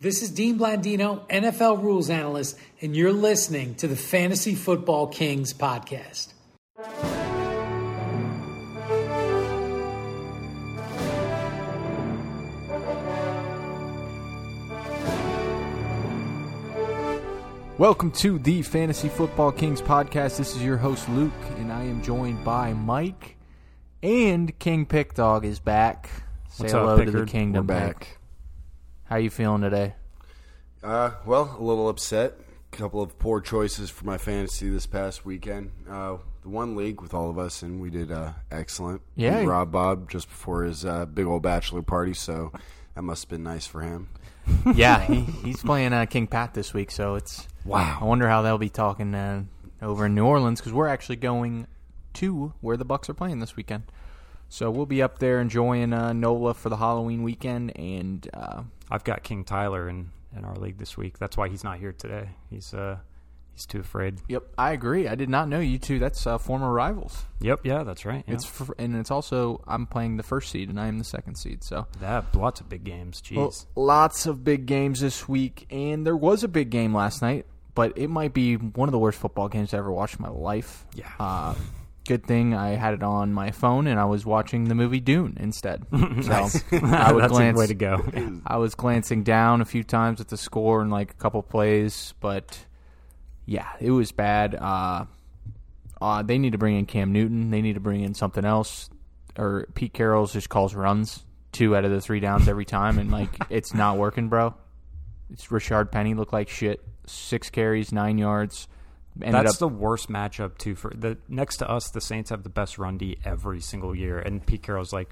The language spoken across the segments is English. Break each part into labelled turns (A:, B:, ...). A: This is Dean Blandino, NFL rules analyst, and you're listening to the Fantasy Football Kings podcast.
B: Welcome to the Fantasy Football Kings podcast. This is your host Luke, and I am joined by Mike and King Pick Dog is back. Say
C: What's up,
B: hello to the
C: Pickard?
B: kingdom,
D: We're
B: Pick. How you feeling today?
D: Uh, well, a little upset. Couple of poor choices for my fantasy this past weekend. Uh, the one league with all of us, and we did uh, excellent.
B: Yeah.
D: Beat Rob Bob just before his uh, big old bachelor party, so that must have been nice for him.
B: yeah, he, he's playing uh, King Pat this week, so it's
D: Wow.
B: I wonder how they'll be talking uh, over in New Orleans because we're actually going to where the Bucks are playing this weekend. So we'll be up there enjoying uh, NOLA for the Halloween weekend, and uh,
C: I've got King Tyler in, in our league this week. That's why he's not here today. He's uh he's too afraid.
B: yep, I agree. I did not know you two. That's uh, former rivals.
C: Yep, yeah, that's right. yeah.
B: It's fr- and it's also I'm playing the first seed and I am the second seed. So
C: that lots of big games. Jeez.
B: Well, lots of big games this week, and there was a big game last night, but it might be one of the worst football games I ever watched in my life.
C: Yeah.
B: Uh, good thing I had it on my phone and I was watching the movie Dune instead. So I would
C: that's
B: glance.
C: a way to go.
B: I was glancing down a few times at the score and like a couple plays, but yeah, it was bad. Uh, uh, they need to bring in Cam Newton. They need to bring in something else. Or Pete Carroll's just calls runs two out of the three downs every time, and like it's not working, bro. It's Richard Penny looked like shit. Six carries, nine yards. Ended
C: That's
B: up
C: the worst matchup too for the next to us. The Saints have the best run D every single year, and Pete Carroll's like,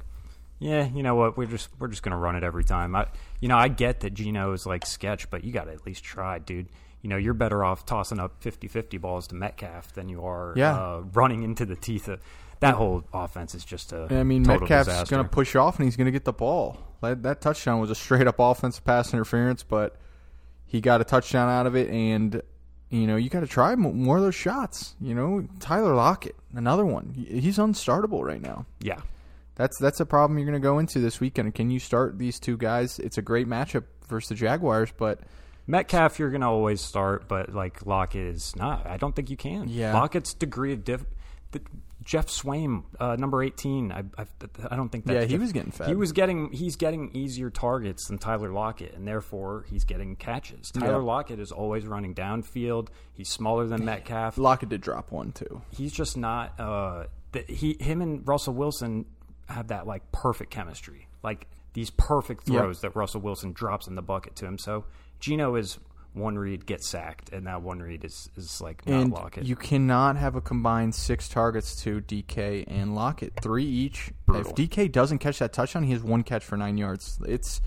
C: yeah, you know what? We're just we're just gonna run it every time. I, you know, I get that Gino is like sketch, but you got to at least try, dude. You know, you're better off tossing up 50-50 balls to Metcalf than you are
B: Yeah.
C: uh, running into the teeth of that whole offense. Is just a
B: And, I mean,
C: total
B: Metcalf's
C: disaster.
B: going to push off and he's going to get the ball. That, that touchdown was a straight up offensive pass interference, but he got a touchdown out of it. And, you know, you got to try mo- more of those shots. You know, Tyler Lockett, another one. He- He's unstartable right now.
C: yeah.
B: That's that's a problem you're going to go into this weekend. Can you start these two guys? It's a great matchup versus the Jaguars, but
C: Metcalf, you're gonna always start, but like Lockett is not. I don't think you can.
B: Yeah.
C: Lockett's degree of diff. The, Jeff Swaim, uh, number eighteen. I, I, I don't think. That's
B: Yeah, he
C: diff-
B: was getting fed.
C: He was getting. He's getting easier targets than Tyler Lockett, and therefore he's getting catches. Tyler Lockett is always running downfield. He's smaller than Metcalf.
B: Lockett did drop one too.
C: He's just not. Uh, th- he, him, and Russell Wilson have that like perfect chemistry. Like these perfect
B: Yeah.
C: throws that Russell Wilson drops in the bucket to him. So Gino is one read, gets sacked, and that one read is is like not
B: and
C: Lockett.
B: you cannot have a combined six targets to DK and Lockett, three each. If DK doesn't catch that touchdown, he has one catch for nine yards. It's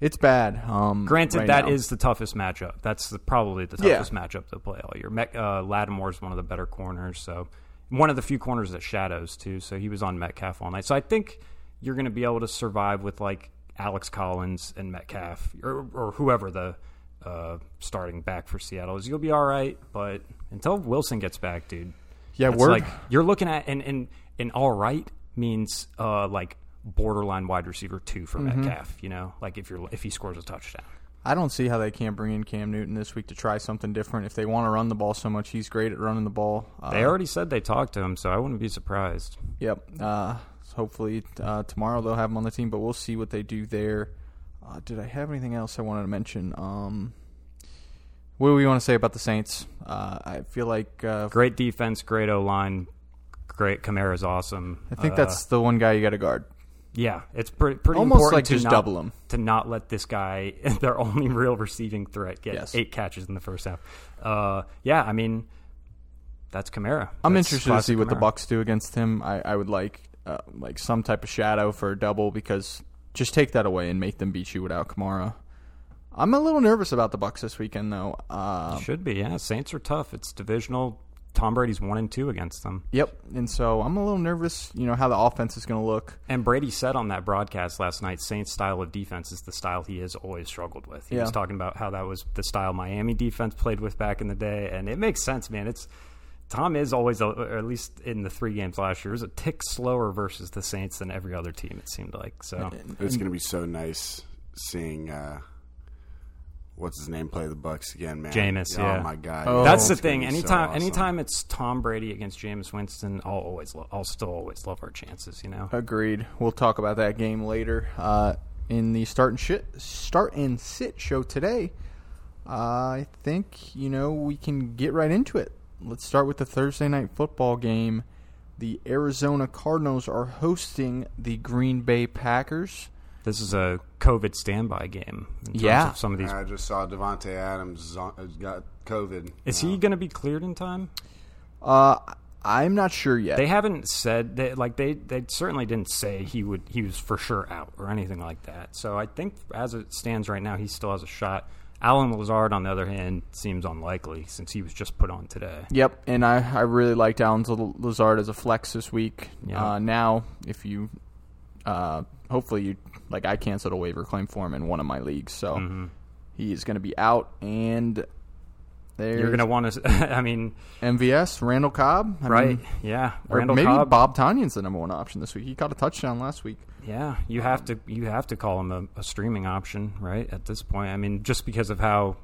B: it's bad. Um,
C: Granted,
B: right
C: that is
B: now.
C: the toughest matchup. That's the, probably the
B: Yeah.
C: toughest matchup to play all year. Met, uh, Lattimore is one of the better corners, so one of the few corners that shadows too. So he was on Metcalf all night. So I think you're going to be able to survive with like Alex Collins and Metcalf or, or whoever the uh, starting back for Seattle is. You'll be all right, but until Wilson gets back, dude.
B: Yeah,
C: that's
B: word.
C: like you're looking at and and and all right means uh, like borderline wide receiver two for
B: Mm-hmm.
C: Metcalf. You know, like if you're if he scores a touchdown.
B: I don't see how they can't bring in Cam Newton this week to try something different. If they want to run the ball so much, he's great at running the ball. Uh,
C: They already said they talked to him, so I wouldn't be surprised.
B: Yep. Uh, so hopefully uh, tomorrow they'll have him on the team, but we'll see what they do there. Uh, did I have anything else I wanted to mention? Um, what do we want to say about the Saints? Uh, I feel like uh,
C: Great defense, great O line, great Kamara's awesome.
B: I think
C: Uh,
B: that's the one guy you got to guard.
C: yeah. It's pretty pretty
B: Almost
C: important
B: like
C: to
B: just
C: not,
B: double him.
C: to not let this guy their only real receiving threat get
B: Yes.
C: eight catches in the first half. Uh, yeah, I mean that's Kamara.
B: I'm
C: That's
B: interested to see
C: classic
B: what the
C: Kamara.
B: Bucks do against him. I, I would like uh, like some type of shadow for a double because just take that away and make them beat you without Kamara. I'm a little nervous about the Bucks this weekend though. Uh,
C: should be. Yeah, Saints are tough. It's divisional. Tom Brady's one and two against them.
B: yep, and so I'm a little nervous. You know how the offense is going to look.
C: And Brady said on that broadcast last night, Saints' style of defense is the style he has always struggled with. He
B: Yeah.
C: was talking about how that was the style Miami defense played with back in the day, and it makes sense, man. It's Tom is always, a, or at least in the three games last year, was a tick slower versus the Saints than every other team. It seemed like so.
D: It's going to be so nice seeing uh, what's his name play the Bucks again, man?
C: Jameis, yeah.
D: Oh my god.
B: Oh.
C: That's the
D: It's gonna
C: thing.
D: be so
C: Anytime,
D: awesome.
C: anytime it's Tom Brady against Jameis Winston, I'll always, lo- I'll still always love our chances. You know,
B: Agreed. We'll talk about that game later. Uh, in the start and shit, start and sit show today, uh, I think you know we can get right into it. Let's start with the Thursday night football game. The Arizona Cardinals are hosting the Green Bay Packers.
C: this is a COVID standby game. In terms
B: Yeah.
C: of some of these.
D: I just saw Devonte Adams zo- has got COVID. Uh,
C: Is he going to be cleared in time?
B: Uh, I'm not sure yet.
C: They haven't said that. Like they, they certainly didn't say he would. He was for sure out or anything like that. So I think as it stands right now, he still has a shot. Alan Lazard, on the other hand, seems unlikely since he was just put on today.
B: Yep, and I, I really liked Alan Zal- Lazard as a flex this week.
C: Yeah.
B: Uh, now, if you, uh, hopefully you like, I canceled a waiver claim for him in one of my leagues, so
C: Mm-hmm.
B: he is going to be out. And there's
C: You're going to want to. I mean,
B: MVS Randall Cobb, I
C: right?
B: mean,
C: Yeah,
B: or
C: Randall
B: maybe
C: Cobb.
B: Bob Tanyan's the number one option this week. He caught a touchdown last week.
C: Yeah, you have to you have to call him a, a streaming option, right? At this point, I mean, just because of how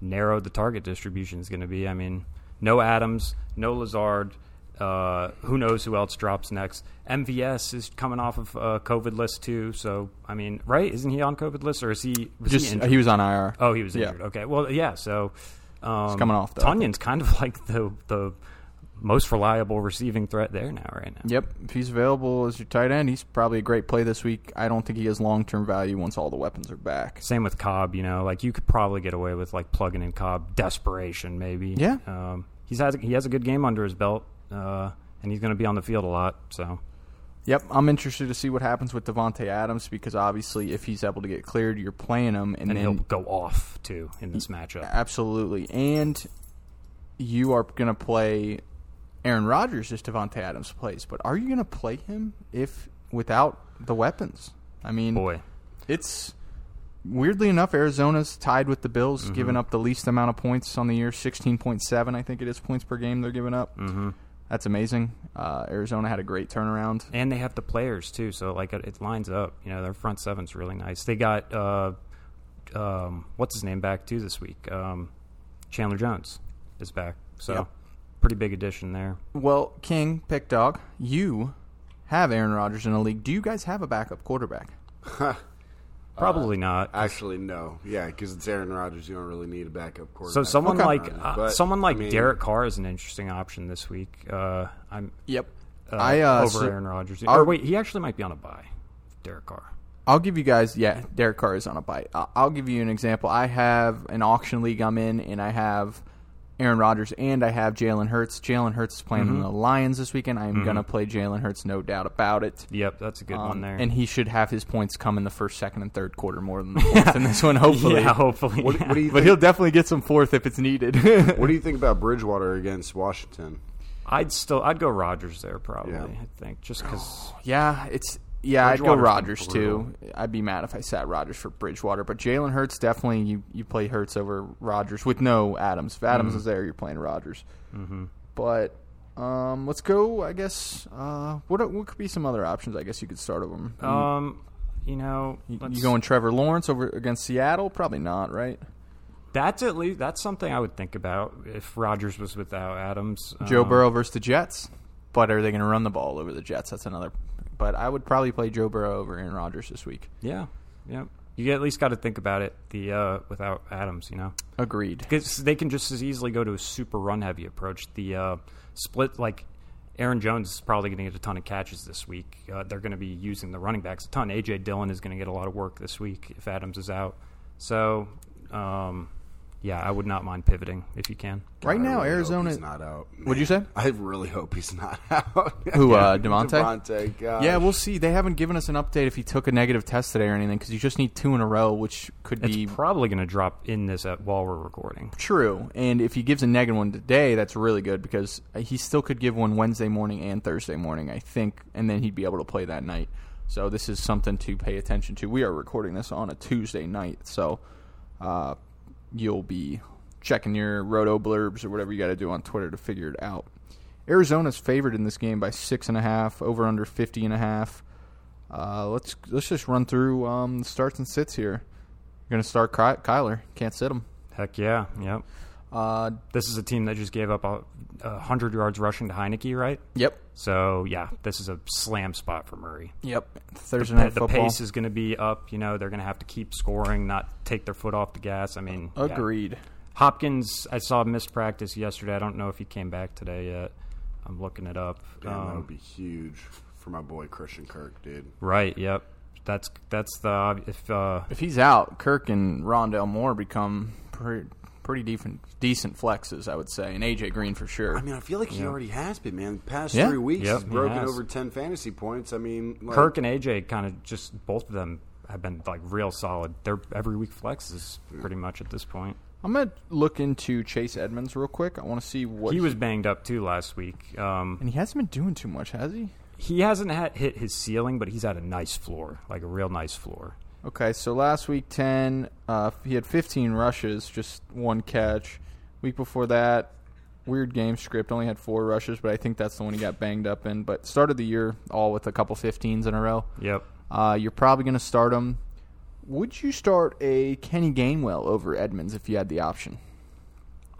C: narrow the target distribution is going to be. I mean, no Adams, no Lazard. Uh, who knows who else drops next? MVS is coming off of uh, COVID list too, so I mean, right? Isn't he on COVID list, or is he? Was
B: Just
C: he
B: uh,
C: injured?
B: he was on IR.
C: Oh, he was
B: Yeah.
C: injured. Okay. Well, yeah. So um,
B: coming off, though, I
C: Tanyan's kind of like the the most reliable receiving threat there now, right now.
B: Yep, if he's available as your tight end, he's probably a great play this week. I don't think he has long term value once all the weapons are back.
C: Same with Cobb, you know, like you could probably get away with like plugging in Cobb, desperation maybe.
B: Yeah.
C: um, he's has he has a good game under his belt, uh, and he's going to be on the field a lot. So
B: Yep, I'm interested to see what happens with Devonte Adams because obviously, if he's able to get cleared, you're playing him, and,
C: and he'll
B: then
C: go off too in this matchup.
B: absolutely, and you are going to play Aaron Rodgers if Devonte Adams plays. But are you going to play him if without the weapons? I mean,
C: Boy,
B: it's weirdly enough, Arizona's tied with the Bills, giving up the least amount of points on the year, sixteen point seven, I think it is points per game they're giving up. Mm-hmm. That's amazing. Uh, Arizona had a great turnaround.
C: and they have the players too, so like it, it lines up. You know, their front seven's really nice. They got uh, um, what's his name back too this week. Um, Chandler Jones is back, so
B: Yep.
C: pretty big addition there.
B: Well, King, Pick Dog, you have Aaron Rodgers in a league. Do you guys have a backup quarterback? Uh,
C: Probably not.
D: Actually, no. Yeah, because it's Aaron Rodgers. You don't really need a backup quarterback.
C: So someone
B: Okay.
C: like uh,
D: But,
C: someone like
D: I mean-
C: Derek Carr is an interesting option this week. Uh, I'm
B: Yep.
C: uh,
B: I uh,
C: over
B: so-
C: Aaron Rodgers.
B: our-
C: or wait, he actually might be on a buy. Derek Carr.
B: I'll give you guys. Yeah, Derek Carr is on a bite. I- I'll give you an example. I have an auction league I'm in, and I have Aaron Rodgers and I have Jalen Hurts. Jalen Hurts is playing
C: Mm-hmm.
B: in the Lions this weekend. I'm gonna play Jalen Hurts, no doubt about it.
C: Yep, that's a good
B: Um,
C: one there.
B: And he should have his points come in the first, second, and third quarter more than the fourth in this one, hopefully.
C: yeah, hopefully.
D: what, what do you
B: But
D: think,
B: he'll definitely get some fourth if it's needed.
D: what do you think about Bridgewater against Washington?
C: I'd still I'd go Rodgers there probably.
D: Yeah.
C: I think just because
B: Oh, Yeah, it's yeah. I'd go
C: Bridgewater's been
B: Rodgers too. I'd be mad if I sat Rodgers for Bridgewater, but Jalen Hurts definitely. You you play Hurts over Rodgers with no Adams. If Adams
D: Mm-hmm.
B: is there, you're playing Rodgers. But um, let's go. I guess uh, what are- what could be some other options? I guess you could start over them.
D: Uh,
C: um you know let's-
B: you going Trevor Lawrence over against Seattle? Probably not, right?
C: that's at least that's something I would think about if Rodgers was without Adams.
D: Uh,
B: Joe
C: Um,
B: Burrow versus the Jets. But are they going to run the ball over the Jets? That's another. But I would probably play Joe Burrow over Aaron Rodgers this week.
C: Yeah, yeah. You at least got to think about it. The uh, without Adams, you know.
B: Agreed.
C: because they can just as easily go to a super run heavy approach. The uh, split, like Aaron Jones is probably going to get a ton of catches this week. Uh, they're going to be using the running backs a ton. AJ Dillon is going to get a lot of work this week if Adams is out. So, um, yeah, I would not mind pivoting if you can.
B: Right
D: I
B: now,
D: really hope
B: Arizona.
D: he's not out.
B: What'd you say?
D: I really hope he's not out.
B: Who, uh, Devontae?
D: Devontae, gosh.
B: Yeah, we'll see. They haven't given us an update if he took a negative test today or anything because you just need two in a row, which could
C: It's
B: be
C: probably going to drop in this at, while we're recording.
B: true. And if he gives a negative one today, that's really good because he still could give one Wednesday morning and Thursday morning, I think, and then he'd be able to play that night. So this is something to pay attention to. We are recording this on a Tuesday night, so uh, you'll be checking your roto blurbs or whatever you got to do on Twitter to figure it out. Arizona's favored in this game by six and a half, over under fifty and a half. Uh, let's let's just run through um, the starts and sits here. going to start Ky- Kyler. Can't sit him.
C: Heck yeah. Yep.
B: Uh,
C: This is a team that just gave up a, a hundred yards rushing to Heineke, right?
B: yep.
C: So yeah, this is a slam spot for Murray.
B: Yep. Thursday
C: The,
B: night
C: the
B: football.
C: pace is going to be up. You know, they're going to have to keep scoring, not take their foot off the gas. I mean, yeah.
B: Agreed.
C: Hopkins, I saw missed practice yesterday. I don't know if he came back today yet. I'm looking it up.
D: Damn, that
C: Um,
D: would be huge for my boy Christian Kirk, dude.
C: right. Yep. That's that's the if uh,
B: If he's out, Kirk and Rondell Moore become pretty, pretty decent, decent flexes, I would say, and AJ Green for sure.
D: I mean, I feel like he already has been, man. The past
B: Yeah.
D: three weeks,
C: Yep,
D: he's
C: he
D: broken
C: has.
D: over 10 fantasy points. I mean, like,
C: Kirk and AJ kind of just both of them have been like real solid. They're every week flexes pretty much at this point.
B: I'm gonna look into Chase Edmonds real quick. I want to see what
C: He was banged up too last week. Um,
B: and he hasn't been doing too much, has he?
C: he hasn't had hit his ceiling, but he's had a nice floor, like a real nice floor.
B: Okay, so last week ten, uh, he had 15 rushes, just one catch. Week before that, weird game script, only had four rushes, but I think that's the one he got banged up in. But started the year all with a couple 15s in a row.
C: Yep.
B: Uh, you're probably gonna start him. Would you start a Kenny Gainwell over Edmonds if you had the option?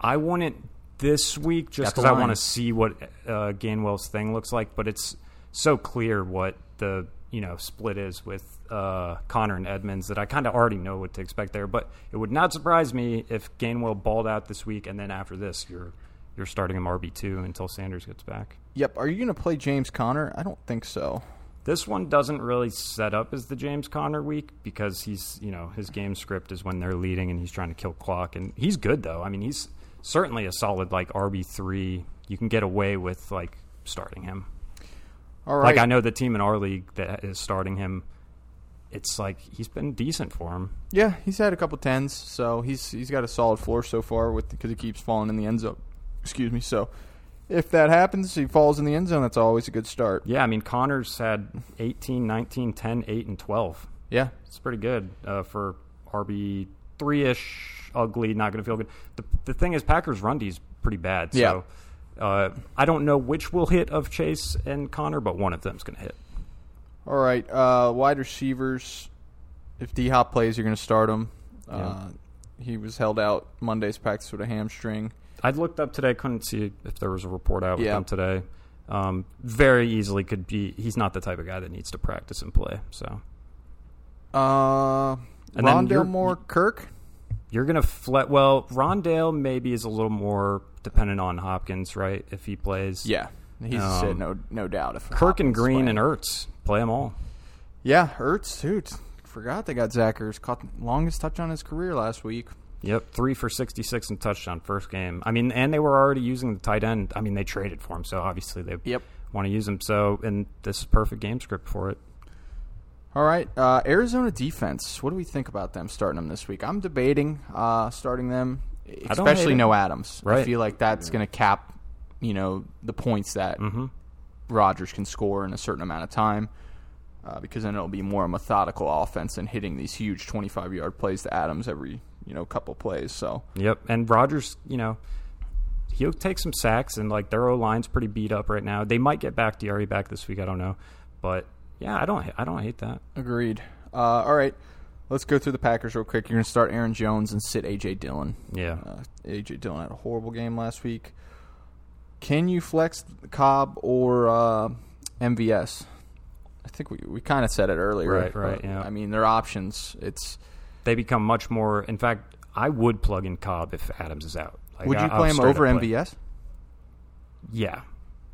C: I want it this week
B: Got
C: just
B: the
C: because I
B: line.
C: want to see what uh, Gainwell's thing looks like. But it's so clear what the you know split is with uh, Connor and Edmonds that I kind of already know what to expect there. But it would not surprise me if Gainwell balled out this week, and then after this, you're you're starting him RB two until Sanders gets back.
B: Yep. Are you gonna play James Conner? I don't think so.
C: This one doesn't really set up as the James Conner week because he's, you know, his game script is when they're leading and he's trying to kill clock. And he's good, though. I mean, he's certainly a solid, like, RB3. You can get away with, like, starting him.
B: All right.
C: Like, I know the team in our league that is starting him, it's like he's been decent for him.
B: Yeah, he's had a couple tens, so he's he's got a solid floor so far with because he keeps falling in the end zone. Excuse me. So if that happens, he falls in the end zone. That's always a good start.
C: Yeah, I mean, Connor's had 18, 19, 10, 8, and 12.
B: Yeah,
C: It's pretty good uh, for RB three ish. Ugly, not going to feel good. The, the thing is, Packers' run D's pretty bad. So uh, I don't know which will hit of Chase and Connor, but one of them's going to hit.
B: All right, uh, wide receivers. If D Hop plays, you're going to start him. Uh, he was held out Monday's practice with a hamstring.
C: I looked up today, couldn't see if there was a report out with
B: Yeah.
C: him today. Um, very easily could be. He's not the type of guy that needs to practice and play. So
B: Uh,
C: And then you're-
B: Rondell Moore, Kirk.
C: you're going to flat. Well, Rondale maybe is a little more dependent on Hopkins, right? If he plays,
B: Yeah, he's a sit,
C: Um,
B: no no doubt. If
C: Kirk and
B: Hopkins
C: Green
B: playing.
C: and Ertz play them all.
B: yeah, Ertz dude. Forgot they got Zach Ertz. Caught the longest touch on his career last week.
C: Yep, three for sixty-six and touchdown first game. I mean, and they were already using the tight end. I mean, they traded for him, so obviously they
B: Yep.
C: want to use him. So, and this is perfect game script for it.
B: All right, uh, Arizona defense. What do we think about them starting them this week? I'm debating uh, starting them,
C: don't hate
B: especially
C: it.
B: no Adams. I
C: Right.
B: feel like that's going to cap, you know, the points that
C: Mm-hmm.
B: Rodgers can score in a certain amount of time, uh, because then it'll be more methodical offense than hitting these huge 25 yard plays to Adams every you know couple plays. So
C: Yep, and Rogers, you know, he'll take some sacks, and like their O line's pretty beat up right now. They might get back Diarra back this week. I don't know, but yeah, I don't, I don't hate that.
B: agreed. Uh, all right, let's go through the Packers real quick. You're going to start Aaron Jones and sit AJ Dillon.
C: Yeah,
B: Uh, AJ Dillon had a horrible game last week. Can you flex Cobb or uh, MVS? I think we, we kind of said it earlier.
C: Right, right,
B: but,
C: yeah.
B: I mean, their options. It's
C: they become much more. In fact, I would plug in Cobb if Adams is out. Like,
B: would
C: I-
B: you
C: I'll
B: play him
C: straight up
B: over
C: play-
B: MVS?
C: Yeah,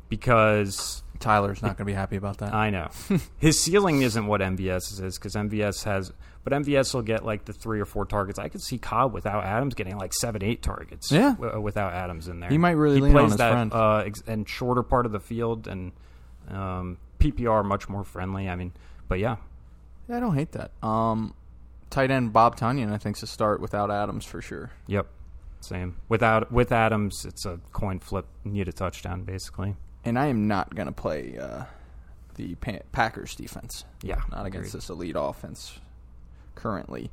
C: because
B: Tyler's not going to be happy about that.
C: I know. His ceiling isn't what MVS is because MVS has, but MVS will get like the three or four targets. I could see Cobb without Adams getting like seven, eight targets.
B: Yeah.
C: w- uh, without Adams in there,
B: He might really
C: he
B: lean on
C: plays
B: his
C: that
B: friend.
C: Uh, ex- and shorter part of the field and um, PPR much more friendly. I mean, but yeah,
B: yeah, I don't hate that. Um, tight end Bob Tunyon, I think, is a start without Adams for sure.
C: yep, same. Without with Adams, it's a coin flip. Need a touchdown basically.
B: And I am not going to play uh, the pa- Packers defense.
C: Yeah,
B: not against
C: agreed.
B: this elite offense currently.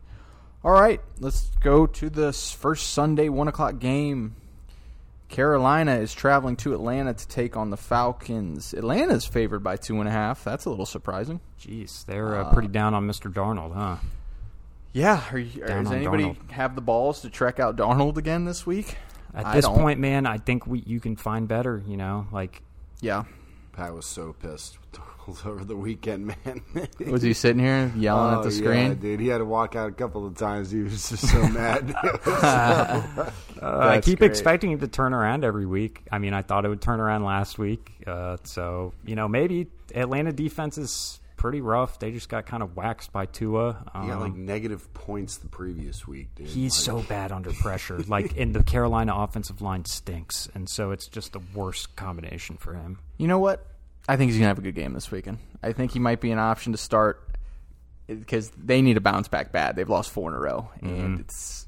B: All right, let's go to this first Sunday one o'clock game. Carolina is traveling to Atlanta to take on the Falcons. Atlanta's favored by two and a half. That's a little surprising. Uh,
C: Jeez, they're uh, pretty down on Mr. Darnold, huh?
B: Yeah, are you,
C: Down
B: does
C: on
B: anybody
C: Darnold.
B: have the balls to trek out Darnold again this week?
C: At
B: I
C: this
B: don't.
C: point, man, I think we you can find better. You know, like
B: Yeah.
D: Pat was so pissed with Darnold over the weekend, man.
B: Was he sitting here yelling at
D: Oh,
B: the screen?
D: yeah, dude. He had to walk out a couple of times. He was just so mad. It was
C: uh, I
B: That's
C: keep
B: great.
C: expecting it to turn around every week. I mean, I thought it would turn around last week. Uh, so you know, maybe Atlanta defense is pretty rough. They just got kind of waxed by Tua.
D: so-
C: Um,
D: he got like negative points the previous week, dude.
C: He's
D: Like,
C: so bad under pressure. Like, and the Carolina offensive line stinks, and so it's just the worst combination for him.
B: You know what? I think he's gonna have a good game this weekend. I think he might be an option to start because they need to bounce back bad. They've lost four in a row, and it's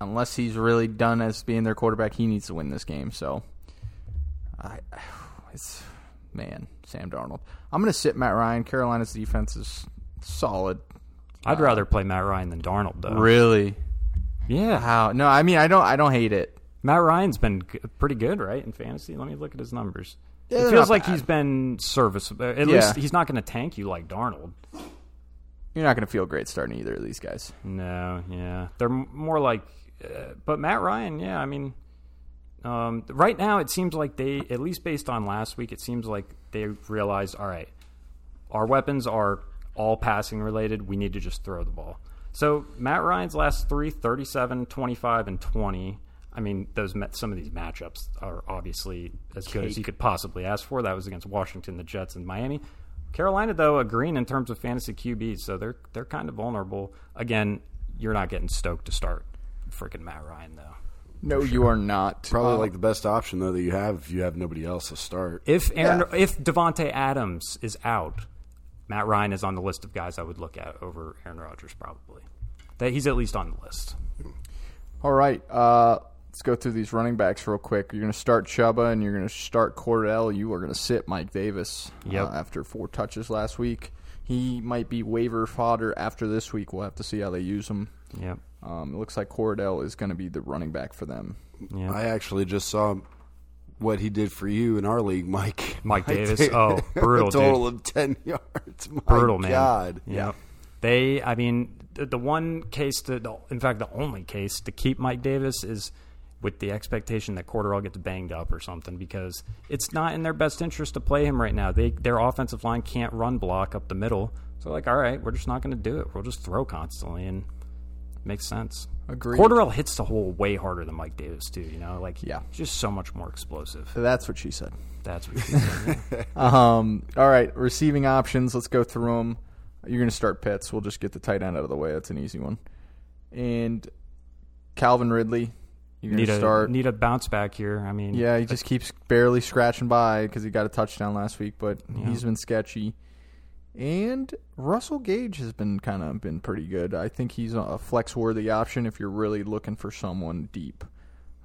B: unless he's really done as being their quarterback, he needs to win this game. So, I, it's man, Sam Darnold. I'm gonna sit Matt Ryan. Carolina's defense is solid.
C: I'd rather play Matt Ryan than Darnold, though.
B: Really?
C: Yeah,
B: Wow. No, I mean I don't. I don't hate it.
C: Matt Ryan's been g- pretty good, right, in fantasy. Let me look at his numbers.
B: they're
C: it feels
B: not
C: like
B: bad.
C: he's been serviceable. At
B: Yeah.
C: least he's not going to tank you like Darnold.
B: You're not gonna feel great starting either of these guys.
C: Mm. No, yeah, they're m- more like. Uh, but Matt Ryan, yeah, I mean, um, right now it seems like they, at least based on last week, it seems like they realized, all right, our weapons are all passing related. We need to just throw the ball. So Matt Ryan's last three, 37, 25, and 20. I mean, those met, some of these matchups are obviously as good as you could possibly ask for. That was against Washington, the Jets, and Miami. Carolina, though, are green in terms of fantasy QBs, so they're they're kind of vulnerable. Again, you're not getting stoked to start freaking Matt Ryan, though.
B: No, you are not.
C: Uh,
D: probably like the best option though that you have if you have nobody else to start.
C: If Aaron,
B: Yeah.
C: if Devonte Adams is out, Matt Ryan is on the list of guys I would look at over Aaron Rodgers probably. That he's at least on the list.
B: All right. Uh, let's go through these running backs real quick. You're going to start Chuba and you're going to start Cordell. You are going to sit Mike Davis uh,
C: Yep.
B: after four touches last week. He might be waiver fodder after this week. We'll have to see how they use him.
C: Yep.
B: Um, it looks like Cordell is going to be the running back for them.
C: Yeah.
D: I actually just saw what he did for you in our league, Mike.
C: Mike Davis. Oh,
D: a
C: brutal, dude.
D: total of ten yards. My
C: brutal, man.
D: God.
C: Yeah. They, I mean, the, the one case, to, the, in fact, the only case to keep Mike Davis is with the expectation that Corderall gets banged up or something because it's not in their best interest to play him right now. They Their offensive line can't run block up the middle. So, like, all right, we're just not going to do it. We'll just throw constantly, and it makes sense.
B: Agreed.
C: Corderell hits the hole way harder than Mike Davis, too, you know? Like,
B: Yeah.
C: just so much more explosive.
B: That's what she said.
C: That's what he's doing.
B: Um, all right. Receiving options. Let's go through them. You're going to start Pitts. We'll just get the tight end out of the way. That's an easy one. And Calvin Ridley. You're going
C: need,
B: to
C: a,
B: start.
C: need a bounce back here. I mean,
B: Yeah, he just keeps barely scratching by because he got a touchdown last week, but he's been sketchy. And Russell Gage has been kind of been pretty good. I think he's a flex worthy option if you're really looking for someone deep.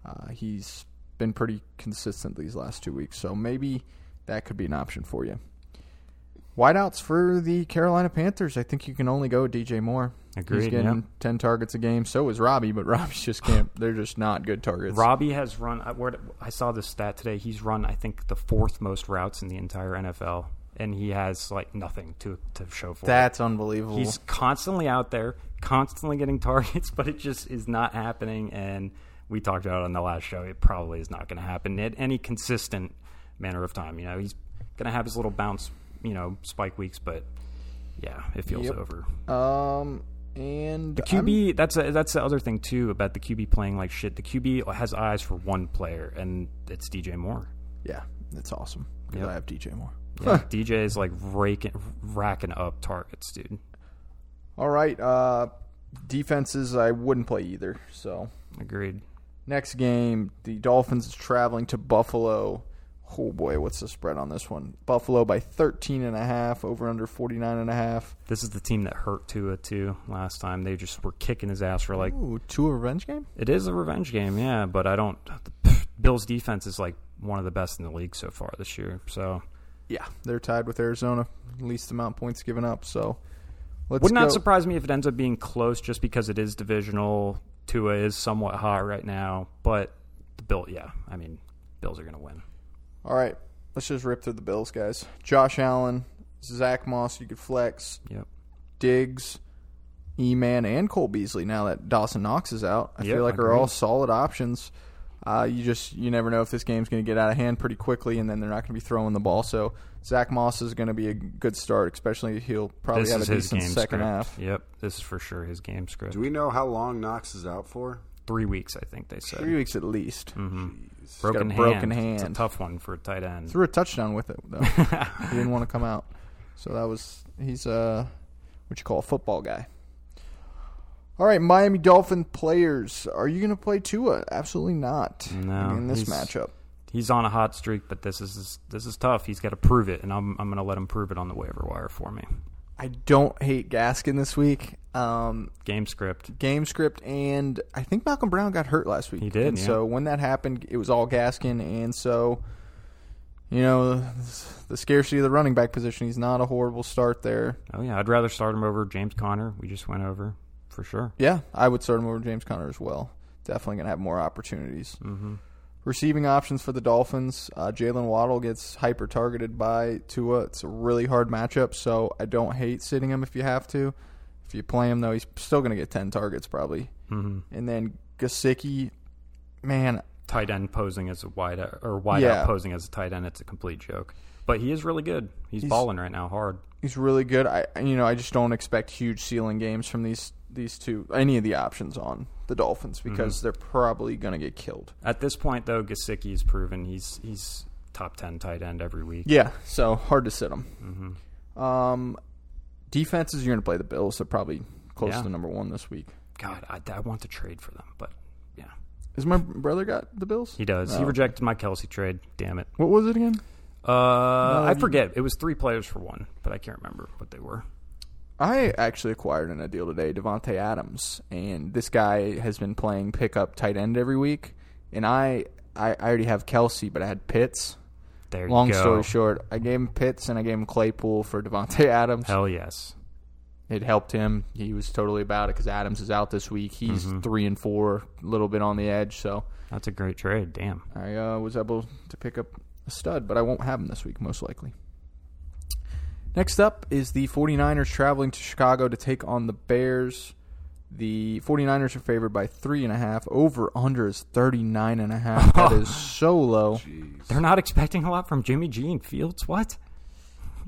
B: Uh, he's been pretty consistent these last two weeks, so maybe that could be an option for you. Wideouts for the Carolina Panthers. I think you can only go DJ Moore. He's
C: Agreed,
B: getting
C: yep.
B: ten targets a game. So is Robbie, but Robbie's just can't. They're just not good targets.
C: Robbie has run. I- Where I saw this stat today, he's run I think the fourth most routes in the entire NFL, and he has like nothing to to show for
B: That's unbelievable.
C: it. He's constantly out there, constantly getting targets, but it just is not happening. And we talked about it on the last show. It probably is not going to happen at any consistent manner of time. You know, he's going to have his little bounce, you know, spike weeks, but yeah, it feels
B: Yep.
C: over.
B: Um, and
C: QB. that's a, that's the other thing too about the QB playing like shit. The QB has eyes for one player, and it's DJ Moore.
B: yeah, that's awesome. 'cause
C: Yep.
B: I have DJ Moore.
C: Yeah, DJ is like raking, racking up targets, dude.
B: All right. Uh, defenses I wouldn't play either. So
C: Agreed.
B: next game, the Dolphins is traveling to Buffalo. Oh boy, what's the spread on this one? Buffalo by 13 and a half, over under 49 and a half.
C: This is the team that hurt Tua too last time. They just were kicking his ass for like
B: Ooh, two revenge game?
C: it is a revenge game, yeah. But I don't. Bills defense is like one of the best in the league so far this year. So
B: Yeah, they're tied with Arizona, least amount of points given up. So let's
C: would not
B: go-
C: surprise me if it ends up being close, just because it is divisional. Tua is somewhat hot right now, but the Bill, yeah. I mean, Bills are gonna win.
B: All right, let's just rip through the Bills, guys. Josh Allen, Zach Moss, you could flex.
C: Yep.
B: Diggs, E Man and Cole Beasley now that Dawson Knox is out. I
C: Yeah,
B: feel like are
C: agreed.
B: all solid options. Uh, you just you never know if this game's going to get out of hand pretty quickly, and then they're not going to be throwing the ball. So Zach Moss is going to be a good start, especially he'll probably
C: This
B: have
C: is
B: a
C: his
B: decent
C: game
B: second
C: script.
B: half.
C: Yep, this is for sure his game script.
D: Do we know how long Knox is out for?
C: Three weeks, I think they said.
B: Three weeks at least.
C: Mm-hmm. broken,
B: got a broken
C: It's a
B: hand.
C: tough one for a tight end.
B: Threw a touchdown with it though. he didn't want to come out, so that was he's uh what you call a football guy. All right, Miami Dolphin players, are you going to play Tua? Absolutely not.
C: No,
B: in this
C: he's-
B: matchup.
C: He's on a hot streak, but this is this is tough. He's got to prove it, and I'm I'm going to let him prove it on the waiver wire for me.
B: I don't hate Gaskin this week. Um,
C: Game script.
B: game script, and I think Malcolm Brown got hurt last week.
C: He did,
B: And
C: yeah.
B: So when that happened, it was all Gaskin, and so you know the scarcity of the running back position. He's not a horrible start there.
C: Oh yeah, I'd rather start him over James Conner. We just went over for sure.
B: Yeah, I would start him over James Conner as well. Definitely going to have more opportunities. Mm-hmm. Receiving options for the Dolphins. Uh, Jalen Waddle gets hyper targeted by Tua. It's a really hard matchup, so I don't hate sitting him if you have to. If you play him, though, he's still going to get 10 targets probably. Mm-hmm. And then Gasicki, man,
C: Tight end posing as a wide or wide
B: Yeah.
C: out posing as a tight end. It's a complete joke. But he is really good. He's, balling right now, hard.
B: he's really good. I you know I just don't expect huge ceiling games from these these two any of the options on the Dolphins because they're probably going to get killed.
C: At this point, though, Gasicki is proven he's he's top ten tight end every week.
B: Yeah, so hard to sit them.
C: Mm-hmm.
B: Um, defenses, you're going to play the Bills. They're probably close
C: Yeah.
B: to number one this week.
C: God, I, I want to trade for them, but yeah,
B: Is my brother got the Bills?
C: he does. He
B: Oh.
C: rejected my Kelsey trade. Damn it.
B: What was it again?
C: Uh, I forget. It was three players for one, but I can't remember what they were.
B: I actually acquired in a deal today Devonte Adams, and this guy has been playing pickup tight end every week. And I, I, I already have Kelsey, but I had Pitts.
C: There
B: Long
C: you go.
B: story short, I gave him Pitts and I gave him Claypool for Devonte Adams.
C: Hell yes.
B: it helped him. He was totally about it because Adams is out this week. He's
C: Mm-hmm.
B: three and four, a little bit on the edge. So
C: That's a great trade. Damn.
B: I uh, was able to pick up a stud, but I won't have him this week, most likely. Next up is the 49ers traveling to Chicago to take on the Bears. The 49ers are favored by 3.5. Over under is 39.5. that is so low.
C: They're not expecting a lot from Jimmy G and Fields. What?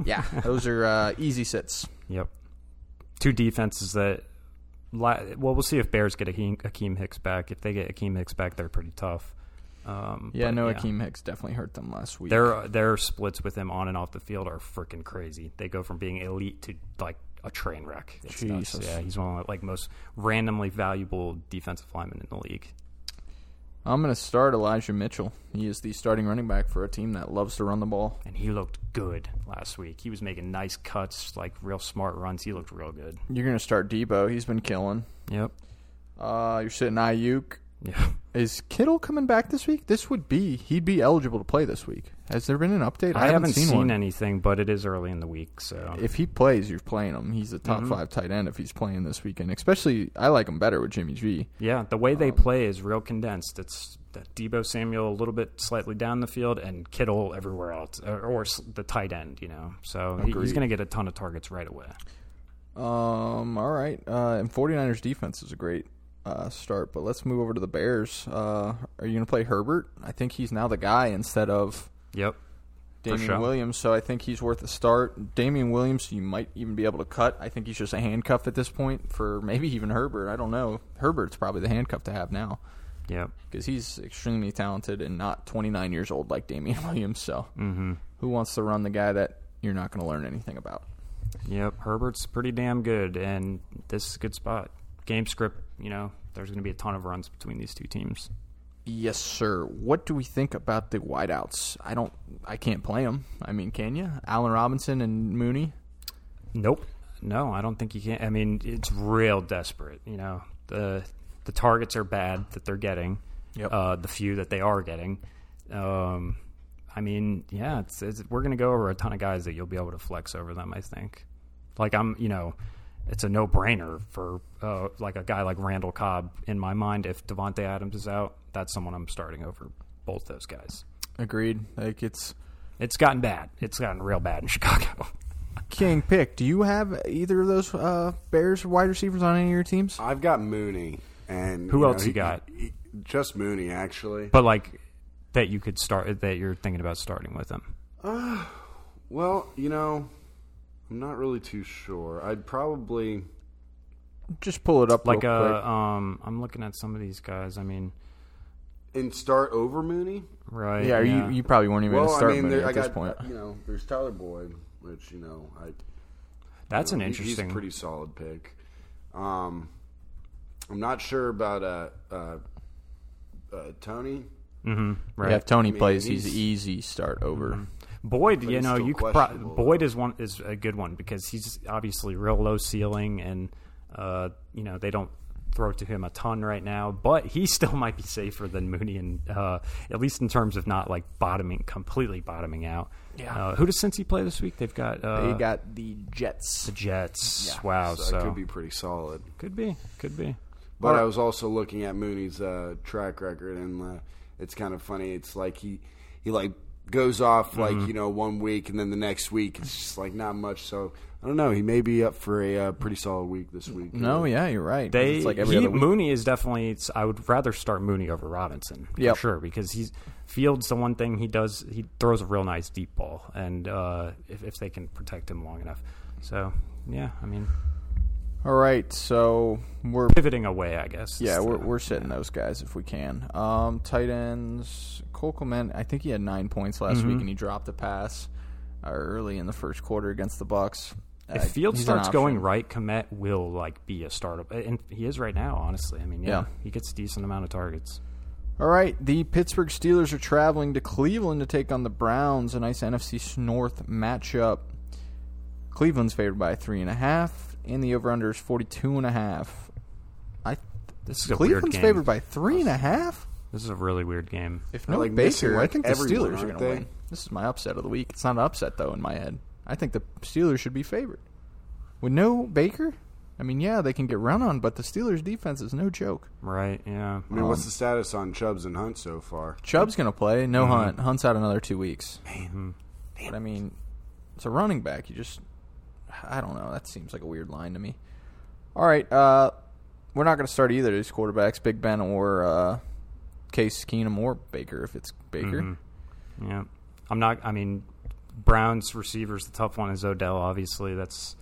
B: Yeah, those are uh, easy sits.
C: Yep. Two defenses that. li- Well, we'll see if Bears get Akeem, Akeem Hicks back. If they get Akeem Hicks back, they're pretty tough. Um,
B: Yeah,
C: but
B: no, Akeem Hicks definitely hurt them last week.
C: Their their splits with him on and off the field are freaking crazy. They go from being elite to like a train wreck. It's nuts.
B: Jesus.
C: Yeah, he's one of the like most randomly valuable defensive linemen in the league.
B: I'm going to start Elijah Mitchell. He is the starting running back for a team that loves to run the ball.
C: and he looked good last week. He was making nice cuts, like real smart runs. He looked real good.
B: You're going to start Debo. He's been killing.
C: Yep.
B: Uh, you're sitting Ayuk.
C: Yeah.
B: Is Kittle coming back this week? This would be he'd be eligible to play this week. Has there been an update?
C: I, haven't seen,
B: one.
C: anything, but it is early in the week, so
B: If he plays, you're playing him. He's a top
C: Mm-hmm.
B: five tight end if he's playing this weekend. Especially, I like him better with Jimmy G.
C: yeah, the way they play is real condensed. It's that Debo Samuel a little bit slightly down the field and Kittle everywhere else, or, or s- the tight end, you know. So he, he's
B: Agreed.
C: going to get a ton of targets right away.
B: Um, all right. Uh, and 49ers defense is a great uh, start, but let's move over to the Bears. Uh, are you going to play Herbert? I think he's now the guy instead of
C: Yep.
B: Damian
C: sure.
B: Williams, so I think he's worth a start. Damian Williams, you might even be able to cut. I think he's just a handcuff at this point for maybe even Herbert. I don't know. Herbert's probably the handcuff to have now
C: Yep.
B: because he's extremely talented and not 29 years old like Damian Williams. So who wants to run the guy that you're not going to learn anything about?
C: Yep. Herbert's pretty damn good, and this is a good spot. Game script, you know, there's going to be a ton of runs between these two teams.
B: Yes, sir. What do we think about the wideouts? I don't. I can't play them. I mean, can you? Allen Robinson and Mooney.
C: Nope. No, I don't think you can. I mean, it's real desperate. You know, the the targets are bad that they're getting.
B: Yep.
C: Uh, the few that they are getting. Um, I mean, yeah, it's, it's we're going to go over a ton of guys that you'll be able to flex over them. I think. Like I'm, you know, it's a no brainer for uh, like a guy like Randall Cobb in my mind. If Devonte Adams is out, that's someone I'm starting over both those guys.
B: Agreed. Like it's.
C: It's gotten bad. It's gotten real bad in Chicago.
B: King pick. Do you have either of those uh, Bears wide receivers on any of your teams?
D: I've got Mooney and
C: Who
D: know,
C: else you
D: he-
C: got?
D: he- just Mooney, actually.
C: But like that you could start that you're thinking about starting with him.
D: Well, you know, I'm not really too sure. I'd probably
B: Just pull it up
C: Like
B: real
C: uh,
B: quick.
C: um, I'm looking at some of these guys. I mean, and
D: and start over Mooney.
C: right?
B: yeah, You, you probably weren't even
D: Well,
B: going to start
D: I mean,
B: Mooney
D: there,
B: at
D: I
B: this
D: got
B: point.
D: you know, there's Tyler Boyd, which you know, I
C: that's an
D: he-
C: interesting.
D: he's a pretty solid pick. Um, I'm not sure about uh, uh, uh, Tony.
C: right. Mm-hmm.
B: Yeah, if Tony
D: I mean,
B: plays,
D: he's-
B: he's easy start over.
C: Boyd, you
D: he's
C: know,
D: still
C: you could pro-
D: questionable,
C: Boyd is one is a good one because he's obviously real low ceiling, and uh, you know they don't throw to him a ton right now, but he still might be safer than Mooney, and uh, at least in terms of not like bottoming completely bottoming out. Yeah. Uh, who does Cincy play this week? They've got uh,
B: They got the Jets.
C: the Jets. Wow,
D: So,
C: so,
D: that could be pretty solid.
C: could be, could be.
D: But I was also looking at Mooney's uh, track record, and uh, it's kind of funny. It's like he he like goes off
C: Mm-hmm.
D: like you know one week, and then the next week it's just like not much. So I don't know. He may be up for a uh, pretty solid week this week.
B: No, yeah, you're right.
C: They
B: it's like every
C: he-
B: other week.
C: Mooney is definitely. It's, I would rather start Mooney over Robinson for
B: Yep.
C: sure because he's Fields. The one thing he does, he throws a real nice deep ball, and uh, if, if they can protect him long enough, so yeah, I mean
B: All right, so we're
C: pivoting away, I guess.
B: yeah,
C: is
B: we're
C: the-
B: we're sitting those guys if we can. Um, tight ends, Cole Komet, I think he had nine points last
C: Mm-hmm.
B: week, and he dropped a pass uh, early in the first quarter against the Bucks.
C: if
B: Uh,
C: Fields
B: he's an
C: starts
B: option.
C: going right, Komet will like be a startup, and he is right now. Honestly, I mean, yeah,
B: Yeah.
C: he gets a decent amount of targets.
B: All right, the Pittsburgh Steelers are traveling to Cleveland to take on the Browns, a nice NFC North matchup. Cleveland's favored by three and a half, and the over/under is forty-two and a half. I
C: This is a weird
B: Cleveland's
C: game.
B: favored by three and a half.
C: This is a really weird game.
B: If no
D: like missing,
B: Baker, I
D: like,
B: think the
D: everyone,
B: Steelers are
D: aren't
B: going to
D: they?
B: win. This is my upset of the week. It's not an upset though in my head. I think the Steelers should be favored. With no Baker, I mean, yeah, they can get run on, but the Steelers' defense is no joke.
C: Right? Yeah.
D: I mean, what's the status on Chubbs and Hunt so far?
B: Chubb's going to play. No
C: Mm-hmm.
B: Hunt. Hunt's out another two weeks. But I mean, it's a running back. You just, I don't know. That seems like a weird line to me. All right, uh, we're not going to start either of these quarterbacks, Big Ben or uh, Case Keenum or Baker, if it's Baker.
C: Mm-hmm. Yeah. I'm not I mean Browns receivers the tough one is Odell obviously that's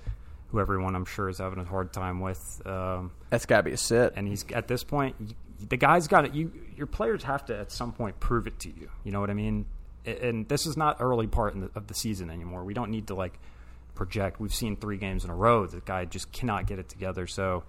C: who everyone I'm sure is having a hard time with um,
B: That's got to be a sit.
C: and he's at this point y- the guy's got it you your players have to at some point prove it to you you know what I mean A- and this is not early part in the, of the season anymore we don't need to like project we've seen three games in a row the guy just cannot get it together so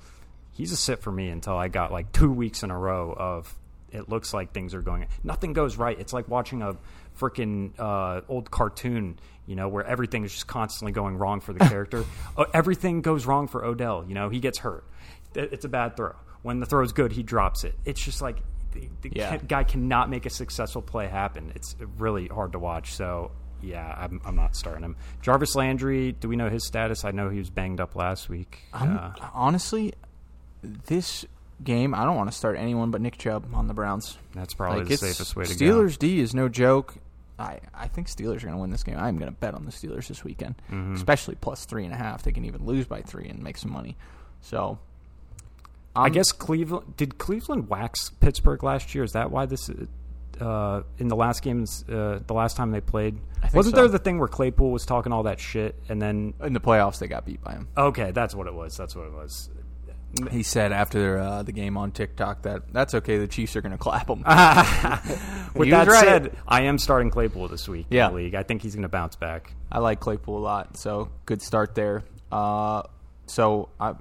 C: he's a sit for me until I got like two weeks in a row of it looks like things are going nothing goes right it's like watching a freaking uh, old cartoon you know where everything is just constantly going wrong for the character oh, everything goes wrong for odell you know he gets hurt It- it's a bad throw when the throw's good he drops it it's just like the, the
B: Yeah.
C: guy cannot make a successful play happen it's really hard to watch so yeah I'm, I'm not starting him jarvis landry do we know his status i know he was banged up last week
B: I'm,
C: Uh,
B: honestly, this game, I don't want to start anyone but Nick Chubb on the Browns.
C: That's probably the
B: it's-
C: safest way to go.
B: Steelers D is no joke. I, I think Steelers are going to win this game. I'm going to bet on the Steelers this weekend,
C: Mm-hmm.
B: especially plus three and a half. They can even lose by three and make some money. So,
C: I guess Cleveland did Cleveland wax Pittsburgh last year. Is that why this? Uh, in the last games, uh, the last time they played,
B: think
C: wasn't
B: so.
C: there the thing where Claypool was talking all that shit, and then
B: in the playoffs, they got beat by him.
C: okay, that's what it was. That's what it was. Um,
B: He said after uh, the game on TikTok that that's okay. The Chiefs are going to clap him.
C: With
B: He was
C: that
B: right.
C: said, I am starting Claypool this week.
B: Yeah.
C: in the league. I think he's going to bounce back.
B: I like Claypool a lot, so good start there. Uh, so I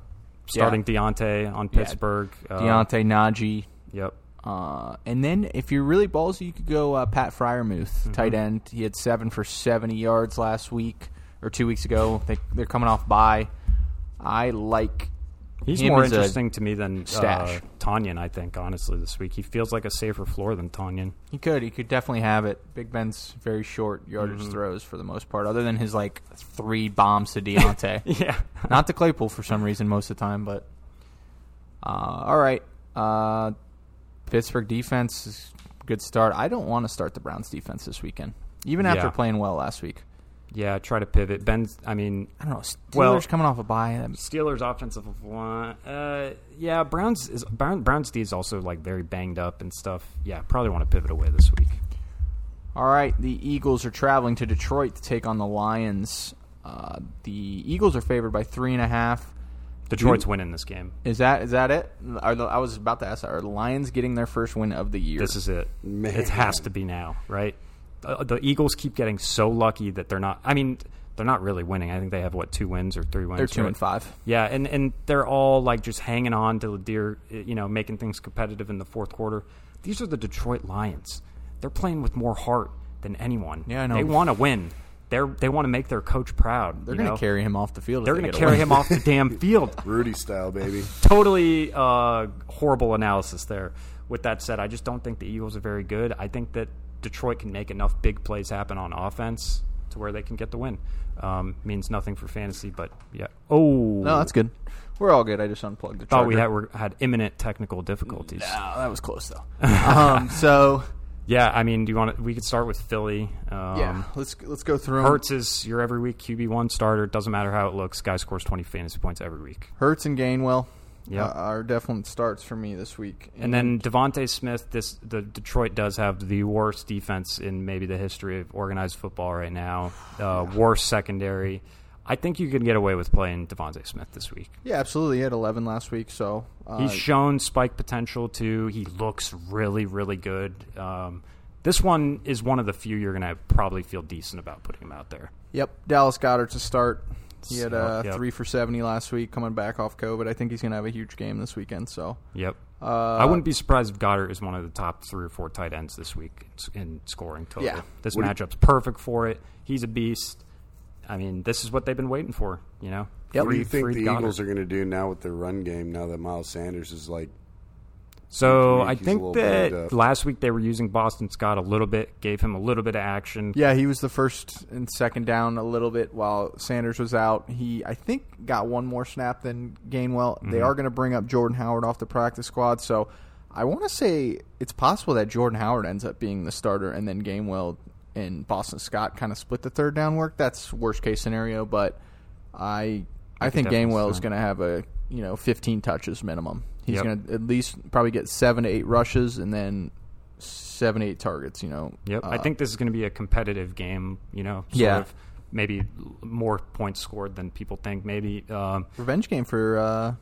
C: Starting Deontay on Pittsburgh.
B: yeah,
C: Uh,
B: Deontay Najee.
C: Yep.
B: Uh, and then if you're really ballsy, you could go uh, Pat Fryermuth,
C: Mm-hmm.
B: tight end. He had seven for 70 yards last week or two weeks ago. They, they're coming off bye. I like.
C: He's
B: him
C: more
B: as a-
C: interesting to me than
B: stash.
C: uh, Tanyan. I think honestly, this week he feels like a safer floor than Tanyan.
B: He could. He could definitely have it. Big Ben's very short yardage
C: Mm-hmm.
B: throws for the most part, other than his like three bombs to Deontay.
C: Yeah.
B: Not to Claypool for some reason most of the time, but. Uh, all right. Uh, Pittsburgh defense is a good start. I don't want to start the Browns defense this weekend, even after
C: Yeah.
B: playing well last week.
C: Yeah, try to pivot. Ben's. I mean,
B: I don't know. Steelers
C: Well-
B: coming off a bye. that-
C: Steelers offensive line. Uh, yeah, Browns is Brown, Browns D is also like very banged up and stuff. Yeah, probably want to pivot away this week.
B: All right, the Eagles are traveling to Detroit to take on the Lions. Uh, the Eagles are favored by three and a half.
C: Detroit's winning this game.
B: Is that is that it? Are the, I was about to ask that. Are the Lions getting their first win of the year?
C: This is it.
D: Man.
C: It has to be now, right? Uh, The Eagles keep getting so lucky that they're not. I mean, they're not really winning. I think they have what two wins or three wins.
B: They're two
C: right?
B: and five.
C: Yeah, and and they're all like just hanging on to the deer, you know, making things competitive in the fourth quarter. These are the Detroit Lions. They're playing with more heart than anyone.
B: Yeah, I know.
C: They want to win. They're they want to make their coach proud.
B: They're
C: you
B: going
C: know?
B: to carry him off the field. if
C: They're
B: they
C: going to
B: get a
C: carry
B: win.
C: him off the damn field.
D: Rudy style, baby.
C: Totally uh, horrible analysis there. With that said, I just don't think the Eagles are very good. I think that Detroit can make enough big plays happen on offense to where they can get the win. Um, means nothing for fantasy, but yeah. Oh,
B: No, that's good. We're all good. I just unplugged the charger.
C: thought we had, were, had imminent technical difficulties.
B: Oh, that was close though. um, so
C: Yeah, I mean, do you want to? We could start with Philly. Um,
B: yeah, let's let's go through. 'em.
C: Hertz is your every week QB one starter. Doesn't matter how it looks. Guy scores twenty fantasy points every week.
B: Hurts and Gainwell.
C: Yeah.
B: uh, are definite starts for me this week.
C: And then Devonte Smith. This the Detroit does have the worst defense in maybe the history of organized football right now. Uh, worst secondary. I think you could get away with playing Devonte Smith this week.
B: yeah, absolutely. He had eleven last week, so uh,
C: He's shown spike potential too. He looks really, really good. Um, this one is one of the few you're going to probably feel decent about putting him out there.
B: Yep, Dallas Goddard to start. He had uh,
C: Yep.
B: three for seventy last week, coming back off COVID. I think he's going to have a huge game this weekend. So
C: Yep.
B: Uh,
C: I wouldn't be surprised if Goddard is one of the top three or four tight ends this week in s- in scoring total.
B: Yeah.
C: This matchup's perfect for it. He's a beast. I mean, this is what they've been waiting for, you know?
B: Yep.
D: What do you
C: Freed-
D: think
C: freed
D: the
C: Goddard.
D: Eagles are going to do now with their run game? Now that Miles Sanders is like,
C: So
D: He's
C: I
D: a
C: think
D: little banged
C: that
D: up.
C: last week they were using Boston Scott a little bit, gave him a little bit of action.
B: yeah, he was the first and second down a little bit while Sanders was out. He I think got one more snap than Gainwell. They
C: Mm-hmm.
B: are going to bring up Jordan Howard off the practice squad, so I want to say it's possible that Jordan Howard ends up being the starter, and then Gainwell and Boston Scott kind of split the third down work. That's worst case scenario, but I I, think
C: definitely
B: Gainwell
C: see
B: is
C: that.
B: going to have a you know 15 touches minimum. He's
C: Yep.
B: going to at least probably get seven to eight rushes and then seven to eight targets. You know.
C: Yep. I
B: Uh,
C: think this is going to be a competitive game, you know? Sort
B: Yeah.
C: Of maybe l- more points scored than people think. Maybe. Um,
B: revenge game for uh,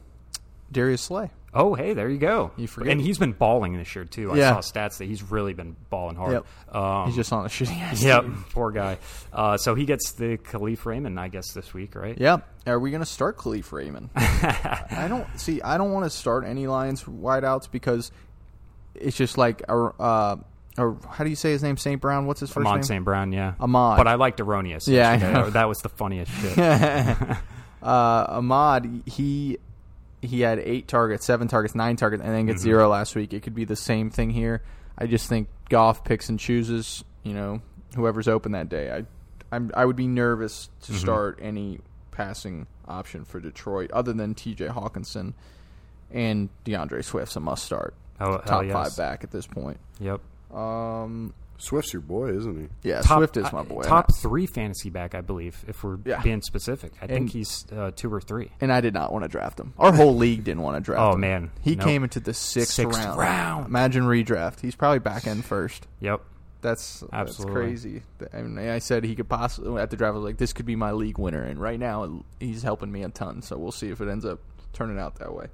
B: Darius Slay.
C: Oh, hey, there you go.
B: You forget-
C: And he's been balling this year too.
B: Yeah.
C: I saw stats that he's really been balling hard.
B: Yep.
C: Um,
B: He's just on a shitty ass.
C: yep,
B: team.
C: poor guy. Uh, so he gets the Khalif Raymond, I guess, this week, right?
B: Yep. Are we going to start Khalif Raymond? I don't see. I don't want to start any Lions wideouts because it's just like a, uh, or how do you say his name? Saint Brown. What's his first
C: Amon
B: name?
C: St. Brown, yeah.
B: Ahmad.
C: But I liked Erroneous.
B: Yeah, I
C: yesterday.
B: know.
C: That was the funniest shit.
B: uh, Ahmad, he he had eight targets, seven targets, nine targets, and then
C: Mm-hmm.
B: gets zero last week. It could be the same thing here. I just think Goff picks and chooses. You know, whoever's open that day. I I'm, I would be nervous to
C: Mm-hmm.
B: start any passing option for Detroit other than T.J. Hawkinson and DeAndre Swift's a must start.
C: Oh, hell
B: Top
C: yes.
B: five back at this point.
C: yep.
B: Um,
D: Swift's your boy, isn't he?
B: yeah,
C: Top,
B: Swift is my
C: uh,
B: boy.
C: Top three fantasy back, I believe, if we're
B: Yeah.
C: being specific. I
B: And-
C: think he's uh, two or three.
B: and I did not want to draft him. Our whole league didn't want to draft him.
C: Oh, man.
B: He
C: Nope.
B: came into the sixth,
C: Sixth
B: round.
C: round.
B: Imagine redraft. He's probably back end first.
C: Yep.
B: That's
C: Absolutely.
B: that's crazy. I mean, I said he could possibly at the draft. I was like, this could be my league winner, and right now he's helping me a ton. So we'll see if it ends up turning out that way.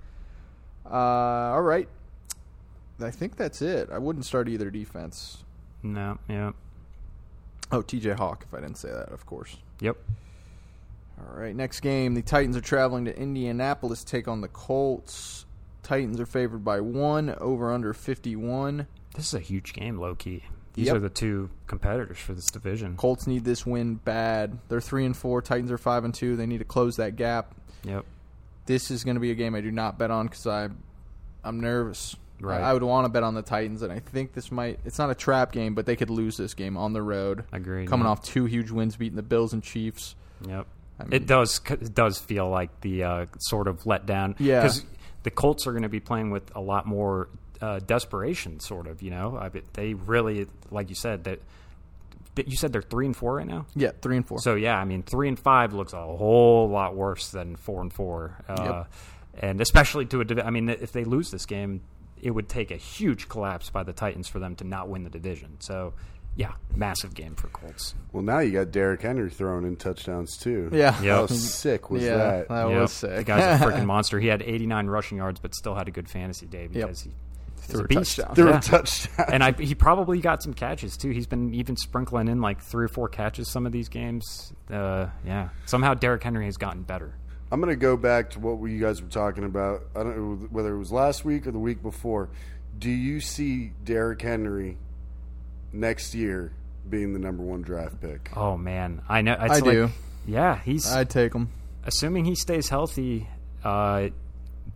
B: Uh, all right, I think that's it. I wouldn't start either defense.
C: No, yep.
B: Oh, T.J. Hawk. If I didn't say that, of course.
C: Yep.
B: All right, next game. The Titans are traveling to Indianapolis to take on the Colts. Titans are favored by one, over under 51.
C: This is a huge game, low key. These
B: Yep.
C: are the two competitors for this division.
B: Colts need this win bad. They're 3 and 4, Titans are 5 and 2. They need to close that gap.
C: Yep.
B: This is going to be a game I do not bet on cuz I I'm nervous.
C: Right.
B: I, I would want to bet on the Titans and I think this might it's not a trap game, but they could lose this game on the road.
C: Agreed,
B: Coming
C: yeah.
B: off two huge wins beating the Bills and Chiefs.
C: Yep.
B: mean-
C: it does it does feel like the uh, sort of letdown.
B: Yeah.
C: Because the Colts are going to be playing with a lot more uh, desperation, sort of. You know, I bet they really, like you said, that th- you said they're three and four right now.
B: Yeah, three and four.
C: So yeah, I mean, three and five looks a whole lot worse than four and four, uh, and especially to a. divi- I mean, if they lose this game, it would take a huge collapse by the Titans for them to not win the division. So, yeah, massive game for Colts.
D: Well, now you got Derrick Henry throwing in touchdowns too.
B: Yeah.
D: How
C: Yep.
D: sick was
B: yeah,
D: that?
C: Yep.
B: was
C: The
B: sick.
C: guy's a freaking monster. He had 89 rushing yards, but still had a good fantasy day because he threw a, beast.
B: touchdown.
D: Threw
C: Yeah.
D: a touchdown.
C: And I, he probably got some catches too. He's been even sprinkling in like three or four catches some of these games. Uh, yeah, somehow Derrick Henry has gotten better.
D: I'm going to go back to what you guys were talking about. I don't know whether it was last week or the week before. Do you see Derrick Henry next year being the number one draft pick?
C: Oh man, I know. It's
B: I
C: like-
B: do.
C: Yeah, he's
B: I'd take him.
C: assuming he stays healthy. Uh,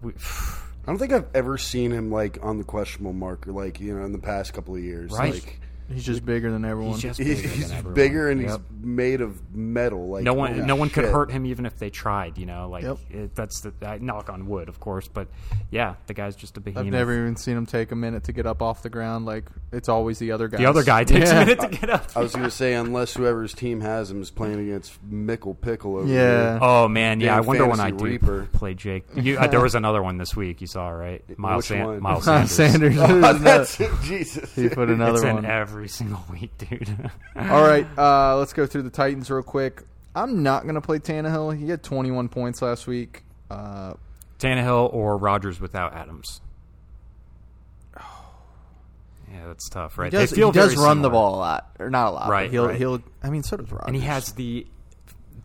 C: we,
D: I don't think I've ever seen him like on the questionable mark or like you know in the past couple of years.
C: Right.
D: Like,
B: He's just bigger than everyone.
C: he's just
D: he's
C: bigger
D: he's
C: than everyone.
D: bigger and
C: Yep.
D: he's made of metal. Like
C: no one
D: holy
C: no one could
D: shit.
C: hurt him even if they tried you know like
B: Yep.
C: it, that's the I knock on wood of course but yeah the guy's just a behemoth
B: I've never even seen him take a minute to get up off the ground. Like it's always the other guy.
C: the other guy takes
B: yeah.
C: a minute to get up
D: I was going to say unless whoever's team has him is playing against Mickle Pickle over
B: Yeah.
D: here.
C: oh man yeah
D: Damn
C: I wonder when I
D: fantasy
C: do
D: reaper.
C: play Jake you, uh, there was another one this week you saw right Miles,
D: Which
C: San-
D: one?
C: Miles
B: Miles
C: Sanders
B: Sanders.
D: That's it, Jesus.
B: he put
C: it's
B: another
C: in
B: one.
C: every single week dude
B: All right, uh, let's go through the Titans real quick. I'm not going to play Tannehill. He had 21 points last week. Uh,
C: Tannehill or Rogers without Adams yeah that's tough right
B: he does,
C: they feel
B: he does
C: very
B: run the
C: similar.
B: ball a lot, or not a lot,
C: Right,
B: but he'll
C: right.
B: he'll. I mean, so does Rodgers.
C: and he has the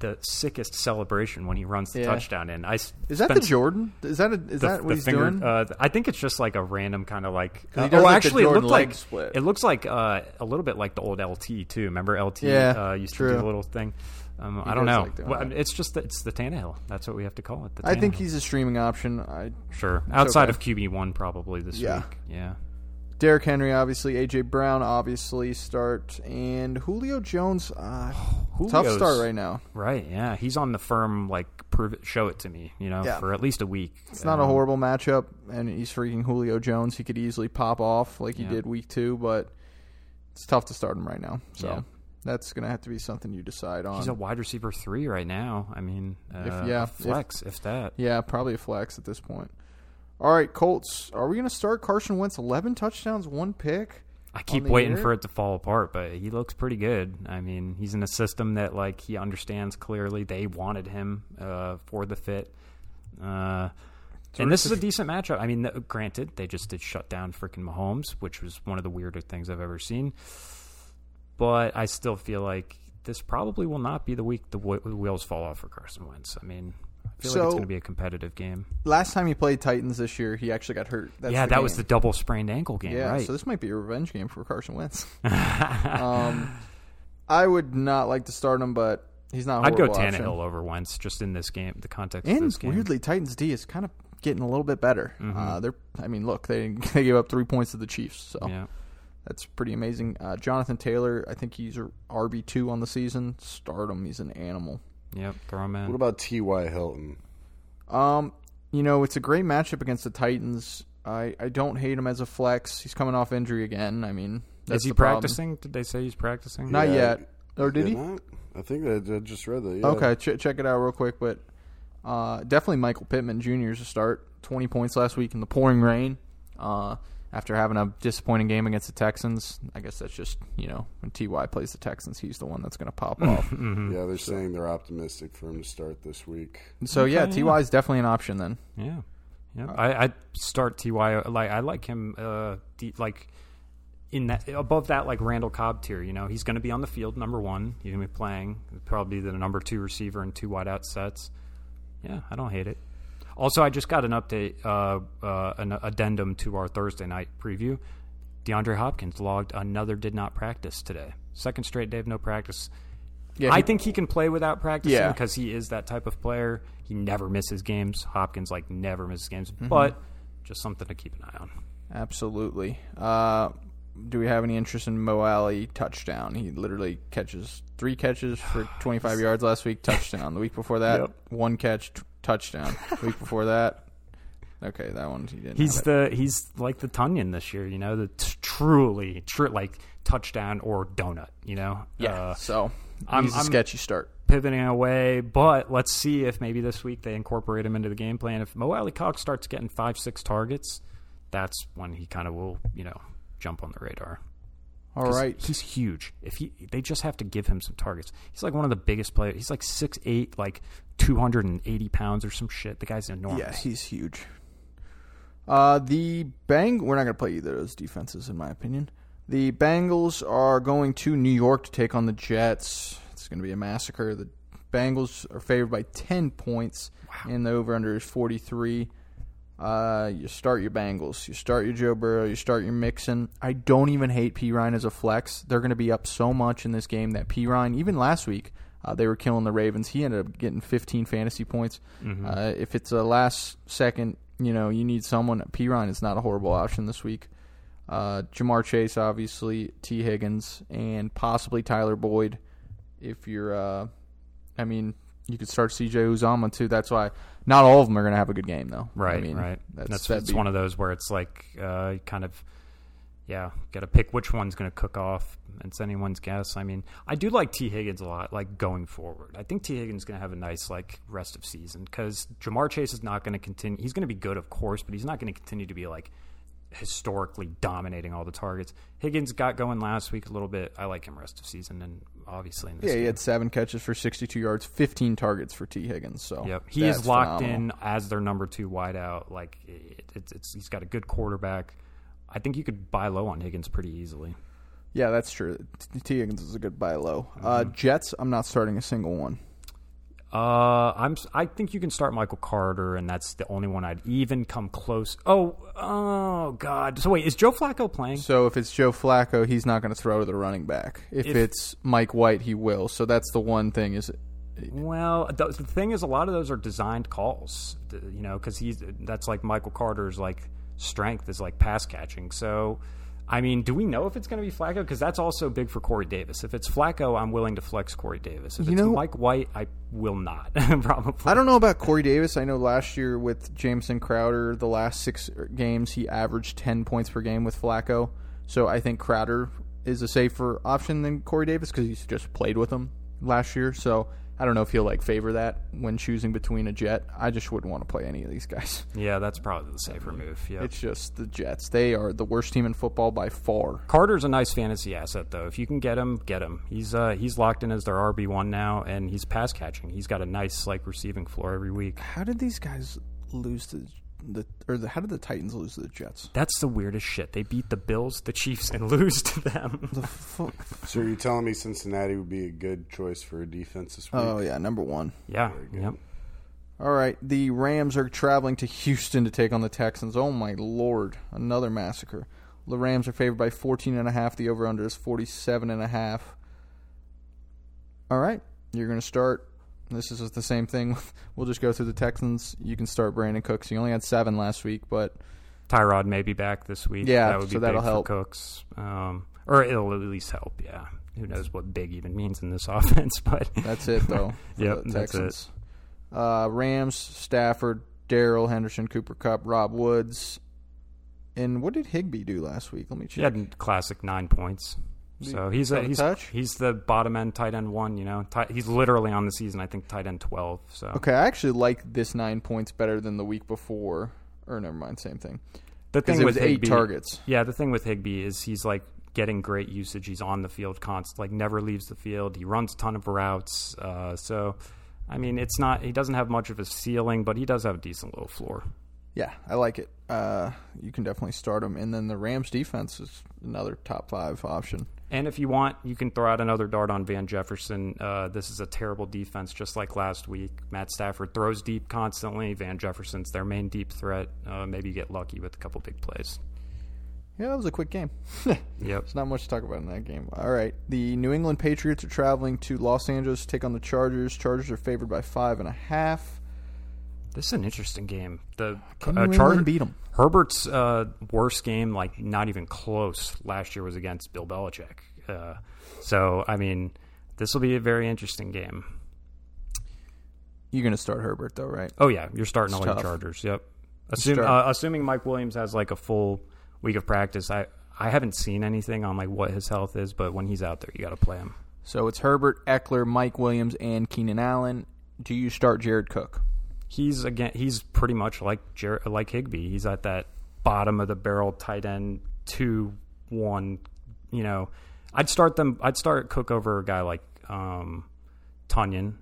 C: the sickest celebration when he runs the
B: Yeah.
C: touchdown in I s-
B: Is that the
C: spent
B: Jordan? Is that a, is
C: the-
B: that what
C: the
B: he's
C: finger-
B: doing?
C: Uh, I think it's just like a random kind of like.
B: he
C: Uh,
B: does
C: oh,
B: like the
C: actually, it
B: Jordan
C: looked
B: leg
C: like
B: split.
C: it looks like uh, a little bit like the old LT too. Remember LT
B: Yeah,
C: uh, used
B: true.
C: to do the little thing. Um, I don't
B: does
C: know.
B: like doing
C: well, I
B: that.
C: mean, it's just that it's the Tannehill. That's what we have to call it. The
B: I think
C: Tannehill.
B: he's a streaming option. I,
C: sure outside
B: okay.
C: of QB one probably this
B: Yeah.
C: week. Yeah,
B: Derrick Henry, obviously. AJ Brown, obviously. Start and Julio Jones. Uh, tough
C: Julio's-
B: start right now.
C: Right. Yeah, he's on the firm. Like prove it, show it to me. You know,
B: Yeah.
C: for at least a week.
B: It's not a horrible matchup, and he's freaking Julio Jones. He could easily pop off like he
C: Yeah.
B: did week two, but it's tough to start him right now. So
C: Yeah.
B: that's going to have to be something you decide on.
C: He's a wide receiver three right now. I mean, uh,
B: yeah,
C: yeah,
B: if-
C: flex if that.
B: yeah, probably a flex at this point. All right, Colts. Are we going to start Carson Wentz? Eleven touchdowns, one pick.
C: I keep
B: the
C: waiting
B: year?
C: for it to fall apart, but he looks pretty good. I mean, he's in a system that like he understands clearly. They wanted him uh, for the fit, uh, and this is a decent matchup. I mean, th- granted, they just did shut down freaking Mahomes, which was one of the weirder things I've ever seen. But I still feel like this probably will not be the week the wh- wheels fall off for Carson Wentz. I mean, I feel like
B: So-
C: it's going to be a competitive game.
B: Last time he played Titans this year, he actually got hurt. That's
C: yeah,
B: the
C: that was the
B: game.
C: double sprained ankle game,
B: yeah.
C: right?
B: So this might be a revenge game for Carson Wentz. um, I would not like to start him, but he's not. a
C: I'd go
B: horrible
C: Tannehill
B: option.
C: over Wentz just in this game, the context of
B: And
C: this game.
B: weirdly, Titans D is kind of getting a little bit better.
C: Mm-hmm.
B: Uh, they're, I mean, look, they they gave up three points to the Chiefs, so
C: Yeah.
B: that's pretty amazing. Uh, Jonathan Taylor, I think he's RB two on the season. Start him; he's an animal.
C: Yep. Throw him in.
D: What about T.Y. Hilton?
B: Um, you know, it's a great matchup against the Titans. I, I don't hate him as a flex. He's coming off injury again. I mean, that's
C: Is he
B: the problem.
C: practicing? Did they say he's practicing?
B: Not
D: Yeah.
B: yet. Or did he?
D: Not? I think I, I just read that. yeah.
B: Okay, ch- check it out real quick. But uh, definitely Michael Pittman Jr. is a start. 20 points last week in the pouring rain uh, after having a disappointing game against the Texans. I guess that's just, you know, when TY plays the Texans, he's the one that's going to pop off.
C: Mm-hmm.
D: Yeah, they're saying they're optimistic for him to start this week.
B: so, yeah, TY is definitely an option then.
C: Yeah. Yep. I I start Ty like I like him uh de- like in that above that like Randall Cobb tier. You know he's going to be on the field number one. He's going to be playing probably the number two receiver in two wideout sets. Yeah, I don't hate it. Also, I just got an update, uh, uh, an addendum to our Thursday night preview. DeAndre Hopkins logged another did not practice today. Second straight day of no practice.
B: Yeah,
C: I
B: he-
C: think he can play without practicing
B: Yeah.
C: because he is that type of player. He never misses games. Hopkins like never misses games, but just something to keep an eye on.
B: Absolutely. Uh, do we have any interest in Mo Alley touchdown? He literally catches three catches for 25 yards last week, touchdown. The week before that,
C: Yep.
B: one catch, t- touchdown. The week before that, Okay, that one he didn't.
C: He's
B: have it.
C: the he's like the Tunyon this year, you know, the t- truly true like touchdown or donut, you know.
B: yeah.
C: Uh,
B: so
C: I'm-
B: he's a
C: I'm-
B: sketchy start.
C: pivoting away, but let's see if maybe this week they incorporate him into the game plan. If Mo Alley Cox starts getting five six targets, that's when he kind of will you know jump on the radar.
B: All
C: 'Cause
B: right.
C: he's huge. If he they just have to give him some targets. He's like one of the biggest players. He's like six eight, like two hundred and eighty pounds or some shit. The guy's enormous.
B: Yeah, he's huge. Uh, the Bang. We're not going to play either of those defenses, in my opinion. The Bengals are going to New York to take on the Jets. It's going to be a massacre. The Bengals are favored by ten points, and the over/under is forty-three. Uh, you start your Bengals. You start your Joe Burrow. You start your Mixon. I don't even hate P Ryan as a flex. They're going to be up so much in this game that P Ryan, even last week, uh, they were killing the Ravens. He ended up getting 15 fantasy points. Uh, if it's a last second, you know, you need someone. P Ryan is not a horrible option this week. Uh, Jamar Chase, obviously, T Higgins, and possibly Tyler Boyd. If you're, uh, I mean, you could start C J Uzama too. That's why not all of them are going to have a good game though.
C: Right,
B: I mean,
C: right.
B: That's,
C: That's,
B: that'd
C: it's
B: be-
C: one of those where it's like uh, you kind of, yeah, got to pick which one's going to cook off. It's anyone's guess. I mean, I do like T. Higgins a lot, like going forward. I think T. Higgins is going to have a nice like rest of season because Jamar Chase is not going to continue. He's going to be good, of course, but he's not going to continue to be like historically dominating all the targets. Higgins got going last week a little bit. I like him rest of season, and obviously in this
B: Yeah, he
C: game.
B: had seven catches for 62 yards, 15 targets for T. Higgins. So
C: Yep, he is locked in as their number two wideout. Like it, it's, it's, he's got a good quarterback. I think you could buy low on Higgins pretty easily.
B: Yeah, that's true. T- T. Higgins is a good buy low. Uh,
C: Mm-hmm.
B: Jets, I'm not starting a single one.
C: Uh, I'm. s- I think you can start Michael Carter, and that's the only one I'd even come close. Oh, oh God. So wait, is Joe Flacco playing?
B: So if it's Joe Flacco, he's not going to throw to the running back. If,
C: If-
B: it's Mike White, he will. So that's the one thing is
C: Well, th- the thing is, a lot of those are designed calls, th- you know, because he's that's like Michael Carter's like strength is like pass catching. So, I mean, do we know if it's going to be Flacco? Because that's also big for Corey Davis. If it's Flacco, I'm willing to flex Corey Davis. If
B: You
C: it's
B: know-
C: Mike White, I will not
B: I
C: probably.
B: don't know about Corey Davis. I know last year with Jameson Crowder, the last six games he averaged ten points per game with Flacco. So I think Crowder is a safer option than Corey Davis because he's just played with him last year. So I don't know if he'll like favor that when choosing between a Jet. I just wouldn't want to play any of these guys.
C: Yeah, that's probably the safer move. Yeah,
B: It's just the Jets. They are the worst team in football by far.
C: Carter's a nice fantasy asset though. If you can get him, get him. He's uh he's locked in as their RB one now, and he's pass catching. He's got a nice like receiving floor every week.
B: How did these guys lose to the or the, how did the Titans lose to the Jets?
C: That's the weirdest shit. They beat the Bills, the Chiefs, and lose to them.
B: The fu-
D: So you're telling me Cincinnati would be a good choice for a defense this week?
B: oh yeah, number one.
C: yeah. Yep.
B: All right, the Rams are traveling to Houston to take on the Texans. Oh my lord, another massacre. The Rams are favored by 14 and a half. The over/under is 47 and a half. All right, you're going to start. This is the same thing. We'll just go through the Texans. You can start Brandon Cooks. He only had seven last week, but
C: Tyrod may be back this week.
B: Yeah,
C: that would be
B: so that'll
C: big for
B: help.
C: Cooks, um, or it'll at least help. Yeah. Who knows what big even means in this offense? But
B: that's it though. for
C: Yep,
B: the
C: that's it.
B: Texans. Uh, Rams, Stafford, Daryl Henderson, Cooper Cup, Rob Woods, and what did Higby do last week? Let me check.
C: he had classic nine points. So he's
B: Got
C: a,
B: a
C: he's
B: touch?
C: he's the bottom end tight end one. You know, tight, he's literally on the season. I think tight end twelve. So
B: Okay, I actually like this nine points better than the week before. Or never mind, same thing.
C: the
B: Because
C: thing
B: it
C: with
B: was eight
C: Higbee-
B: targets.
C: Yeah, the thing with Higby is he's like getting great usage. He's on the field const, like never leaves the field. He runs a ton of routes. Uh, so, I mean, it's not he doesn't have much of a ceiling, but he does have a decent little floor.
B: Yeah, I like it. Uh, you can definitely start them, and then the Rams defense is another top five option.
C: And if you want, you can throw out another dart on Van Jefferson. Uh, this is a terrible defense, just like last week. Matt Stafford throws deep constantly. Van Jefferson's their main deep threat. Uh, maybe you get lucky with a couple big plays.
B: Yeah, that was a quick game.
C: Yep.
B: There's not much to talk about in that game. All right, the New England Patriots are traveling to Los Angeles to take on the Chargers. Chargers are favored by five and a half.
C: This is an interesting game. The
B: Can
C: uh,
B: New
C: Char-
B: England beat 'em?
C: Herbert's uh, worst game, like not even close, last year was against Bill Belichick. Uh, so I mean, this will be a very interesting game.
B: You're going to start Herbert though, right?
C: Oh yeah, you're starting
B: It's
C: all your
B: tough.
C: Chargers. Yep. Assume,
D: Sure.
C: uh, assuming Mike Williams has like a full week of practice, I, I haven't seen anything on like what his health is, but when he's out there, you got to play him.
B: So it's Herbert, Eckler, Mike Williams, and Keenan Allen. Do you start Jared Cook?
C: He's again, he's pretty much like Jer- like Higby. He's at that bottom of the barrel tight end two one. You know, I'd start them. I'd start Cook over a guy like um, Tanyan.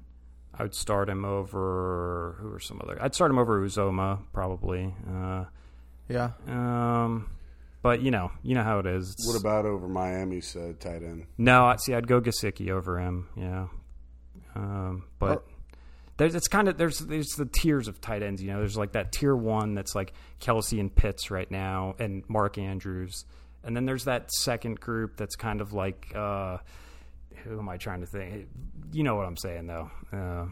C: I would start him over who are some other. I'd start him over Uzoma probably. Uh,
B: Yeah.
C: Um, but you know, you know how it is. It's-
D: What about over Miami's uh, tight end?
C: no, I see. I'd go Gasicki over him. Yeah, um, but there's it's kind of there's there's the tiers of tight ends. You know, there's like that tier one that's like Kelsey and Pitts right now, and Mark Andrews, and then there's that second group that's kind of like uh, who am I trying to think? You know what I'm saying though. Uh,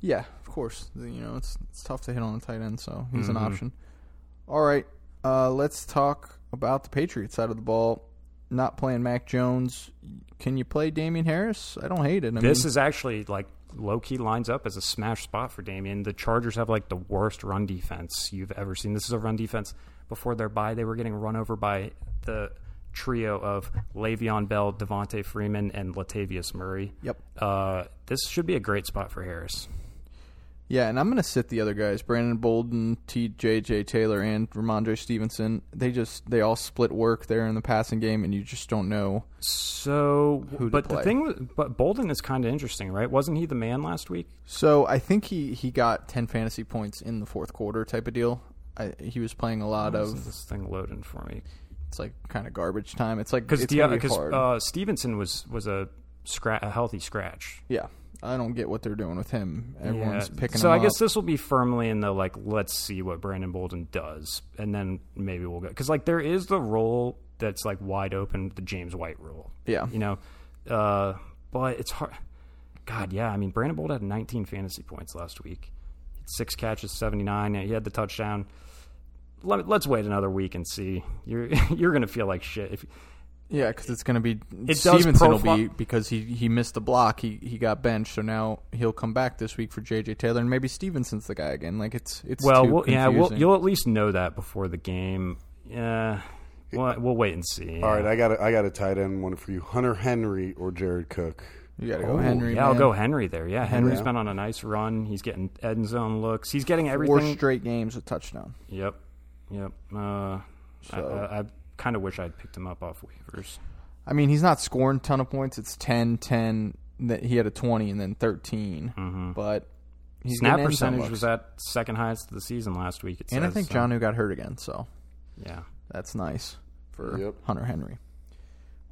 B: Yeah, of course. The- You know, it's it's tough to hit on a tight end, so he's
C: Mm-hmm.
B: an option. All right, uh, let's talk about the Patriots side of the ball. Not playing Mac Jones. Can you play Damian Harris? I don't hate it. I
C: This
B: mean,
C: is actually like low key lines up as a smash spot for Damien. The Chargers have like the worst run defense you've ever seen. This is a run defense before their bye. They were getting run over by the trio of Le'Veon Bell, Devontae Freeman, and Latavius Murray.
B: Yep.
C: Uh, this should be a great spot for Harris.
B: yeah, and I'm going to sit the other guys: Brandon Bolden, T. J. J. Taylor, and Ramondre Stevenson. They just they all split work there in the passing game, and you just don't know.
C: So,
B: Who to
C: but the
B: play?
C: thing, with- but Bolden is kind of interesting, right? Wasn't he the man last week?
B: So I think he he got 10 fantasy points in the fourth quarter type of deal. I, he was playing a lot
C: Why isn't
B: of
C: Oh, this thing loading for me
B: it's like kind of garbage time. It's like
C: because
B: it's gonna be hard.
C: uh, Stevenson was was a scra- a healthy scratch.
B: Yeah, I don't get what they're doing with him. Everyone's
C: Yeah.
B: picking
C: So
B: him
C: I guess
B: up.
C: this will be firmly in the like, let's see what Brandon Bolden does, and then maybe we'll go because like there is the role that's like wide open, the James White rule.
B: Yeah.
C: you know, uh, but it's hard. God, yeah. I mean, Brandon Bolden had 19 fantasy points last week, six catches, 79. He had the touchdown. Let, let's wait another week and see. You're you're gonna feel like shit if
B: yeah, because it's going to be
C: does
B: Stevenson will be
C: profi-
B: because he he missed the block. He he got benched, so now he'll come back this week for JJ Taylor, and maybe Stevenson's the guy again. Like it's it's
C: well,
B: too
C: we'll yeah, we'll,
B: confusing.
C: you'll at least know that before the game. Yeah, we'll, we'll wait and see.
D: All right, I got a, I got a tight end one for you: Hunter Henry or Jared Cook.
B: you got to go
C: Oh,
B: Henry.
C: Yeah,
B: man.
C: I'll go Henry there. Yeah, Henry's
D: Yeah.
C: been on a nice run. He's getting end zone looks. He's getting
B: Four
C: everything.
B: straight games with touchdown.
C: Yep, yep. Uh, I,
B: So-
C: I, I kind of wish I'd picked him up off waivers.
B: I mean, he's not scoring a ton of points. It's 10, 10. That he had a twenty and then 13 but he's
C: Mm-hmm.
B: getting
C: Snap
B: end zone
C: percentage
B: looks.
C: was at second highest of the season last week. It
B: and I
C: says,
B: think
C: so,
B: John who got hurt again, so
C: Yeah,
B: That's nice for
D: Yep.
B: Hunter Henry.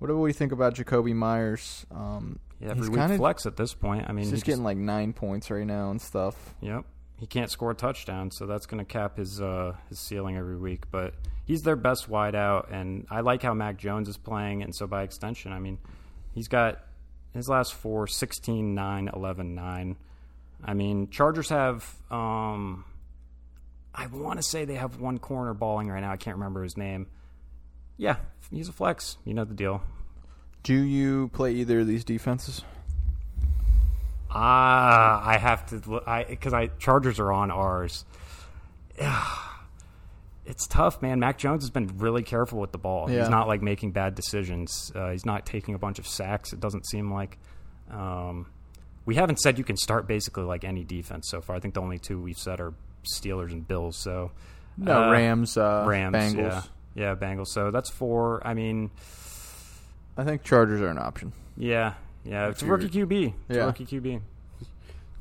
B: What do we think about Jacoby Myers? Um,
C: yeah. Every
B: he's
C: week
B: kind of
C: flex at this point. I mean,
B: just
C: he just-
B: getting like nine points right now and stuff.
C: Yep. He can't score a touchdown, so that's going to cap his uh, his ceiling every week. But he's their best wideout, and I like how Mac Jones is playing, and so by extension, I mean, he's got his last four 16, 9, 11, 9. I mean, Chargers have, um, I want to say they have one corner balling right now. I can't remember his name. Yeah, he's a flex. You know the deal.
B: Do you play either of these defenses?
C: Ah, I have to. l- I because I Chargers are on ours. Ah, It's tough, man. Mac Jones has been really careful with the ball.
B: Yeah.
C: He's not like making bad decisions. Uh, he's not taking a bunch of sacks. It doesn't seem like. Um, we haven't said you can start basically like any defense so far. I think the only two we've said are Steelers and Bills. So
B: No,
C: uh,
B: Rams, uh,
C: Rams,
B: Bengals.
C: yeah, yeah, Bengals. So that's four. I mean,
B: I think Chargers are an option.
C: yeah, yeah. It's a
D: your-
C: rookie QB. It's
B: Yeah.
C: a rookie QB.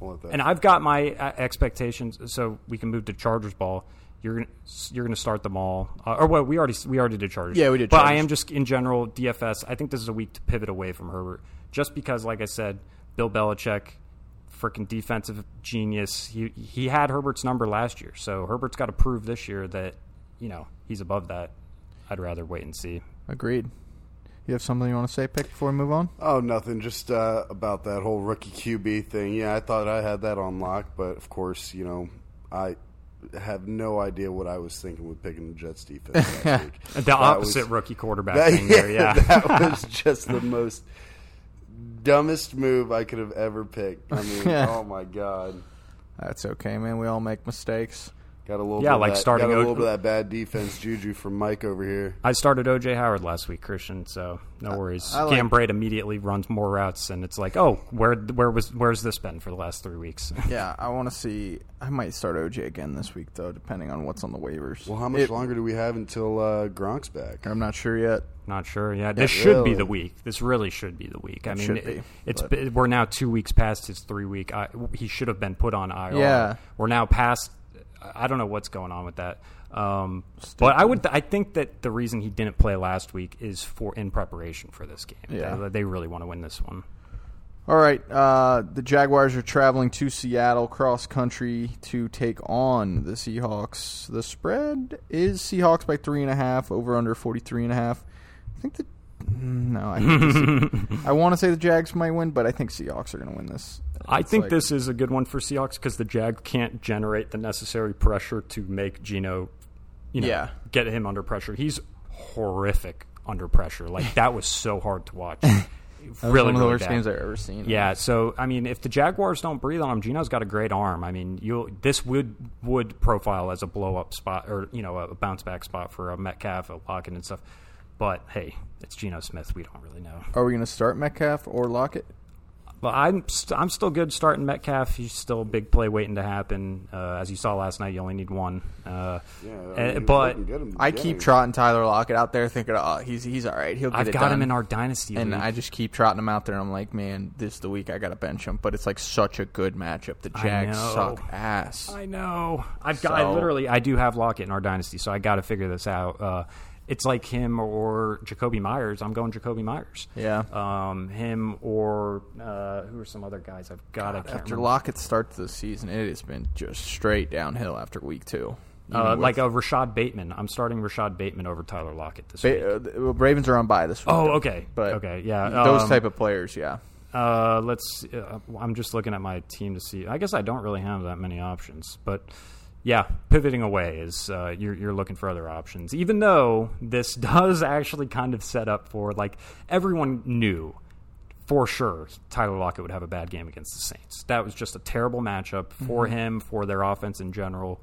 D: I'll let that.
C: And I've got my uh, expectations, so we can move to Chargers ball. You're gonna, you're going to start them all, uh, or well, we already we already did Chargers.
B: Yeah, we did
C: But I
B: Chargers.
C: am just in general DFS. I think this is a week to pivot away from Herbert, just because, like I said, Bill Belichick, freaking defensive genius. He he had Herbert's number last year, so Herbert's got to prove this year that you know he's above that. I'd rather wait and see.
B: Agreed. You have something you want to say, Pick, before we move on?
D: Oh, nothing. Just uh, about that whole rookie QB thing. Yeah, I thought I had that on lock, but of course, you know, I have no idea what I was thinking with picking the Jets defense last week.
C: The
D: That
C: opposite
D: was-
C: rookie quarterback
D: that-
C: thing there, yeah.
D: that was just the most dumbest move I could have ever picked. I mean, oh my god.
B: That's okay, man. We all make mistakes.
D: Got a little
C: Yeah,
D: bit of
C: like
D: that,
C: starting
D: got a
C: O-
D: little bit of that bad defense juju from Mike over here.
C: I started OJ Howard last week, Christian. So no worries.
D: I like-
C: Cam Braid immediately runs more routes, and it's like, oh, where where was where's this been for the last three weeks?
B: Yeah, I want to see. I might start OJ again this week though, depending on what's on the waivers.
D: Well, how much
B: It-
D: longer do we have until uh, Gronk's back?
C: Um,
B: I'm not sure yet.
C: Not sure. Yeah, this should
D: really.
C: be the week. This really should be the week. I mean,
B: should
C: it-
B: be,
C: it's
B: but-
C: been- we're now two weeks past his three week. I, he should have been put on IR.
B: Yeah.
C: we're now past. I don't know what's going on with that. Um, but I would. I think that the reason he didn't play last week is for in preparation for this game.
B: Yeah.
C: they, they really want to win this one.
B: All right, uh, the Jaguars are traveling to Seattle cross country to take on the Seahawks. The spread is Seahawks by three and a half, over under forty three and a half. I think the no, I, think the Se- I want to say the Jags might win, but I think Seahawks are going to win this.
C: I
B: It's
C: think
B: like-
C: this is a good one for Seahawks because the Jag can't generate the necessary pressure to make Gino, you know,
B: Yeah.
C: get him under pressure. He's horrific under pressure. Like that was so hard to watch.
E: was
C: really,
E: one of the
C: really
E: worst
C: bad.
E: games
B: I've ever seen.
C: Yeah, so I mean, if the Jaguars don't breathe on him, Gino's got a great arm. I mean, you this would would profile as a blow up spot or you know a bounce back spot for a Metcalf, a Lockett, and stuff. But hey, it's Geno Smith. We don't really know.
B: Are we going to start Metcalf or Lockett?
C: Well, I'm st- I'm still good starting Metcalf. He's still a big play waiting to happen. Uh, as you saw last night, you only need one. Uh,
D: Yeah, I mean,
C: and-
D: he was
C: but
D: looking good in the
B: I
D: beginning.
B: keep trotting Tyler Lockett out there, thinking, "Oh, he's he's all right. He'll get
C: I've
B: it
C: got
B: done."
C: him in our dynasty
B: and
C: league.
B: I just keep trotting him out there. And I'm like, man, this is the week I got to bench him. But it's like such a good matchup. The
C: I
B: Jags
C: know.
B: suck ass.
C: I know. I've got. I
B: So-
C: literally. I do have Lockett in our dynasty, so I got to figure this out. Uh, it's like him or Jacoby Myers. I'm going Jacoby Myers.
B: Yeah.
C: Um, him or uh, who are some other guys I've got? I can't
B: after
C: remember.
B: Lockett starts the season, it has been just straight downhill after week two. Even
C: Uh,
B: with-
C: like a Rashad Bateman. I'm starting Rashad Bateman over Tyler Lockett this week.
B: Ba- uh, the- well, Ravens are on bye this week.
C: Oh,
B: though.
C: okay.
B: But
C: Okay, yeah,
B: those
C: um,
B: type of players, yeah.
C: Uh, let's. Uh, I'm just looking at my team to see. I guess I don't really have that many options, but yeah, pivoting away is uh, you're you're looking for other options. Even though this does actually kind of set up for like everyone knew for sure Tyler Lockett would have a bad game against the Saints. That was just a terrible matchup for him for their offense in general.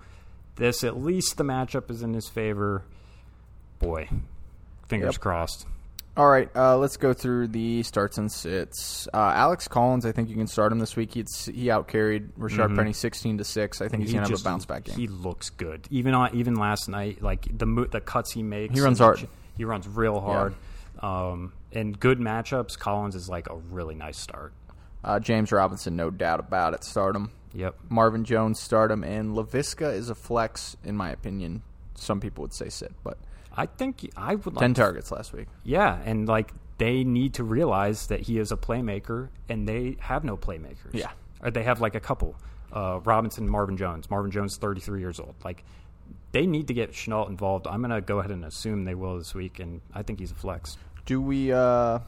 C: This at least the matchup is in his favor. Boy, fingers
B: Yep.
C: crossed.
B: All right, uh, let's go through the starts and sits. Uh, Alex Collins, I think you can start him this week. He's, he outcarried Rashard Penny sixteen to six. I think he's
C: Mm-hmm. He
B: gonna have a
C: just-
B: bounce back game.
C: He looks good. Even on even last night, like the mo- the cuts he makes,
B: He runs
C: and
B: hard.
C: ch- He runs real hard. Um, and good matchups. Collins is like a really nice start.
B: Uh, James Robinson, no doubt about it. Stardom.
C: Yep.
B: Marvin Jones, stardom. And LaVisca is a flex, in my opinion. Some people would say sit, but
C: I think I would like
B: 10 targets last week.
C: Yeah, and like they need to realize that he is a playmaker, and they have no playmakers.
B: Yeah.
C: or they have like a couple. Uh, Robinson, Marvin Jones. Marvin Jones, thirty-three years old. Like they need to get Chenault involved. I'm gonna go ahead and assume they will this week, and I think he's a flex.
B: Do we uh,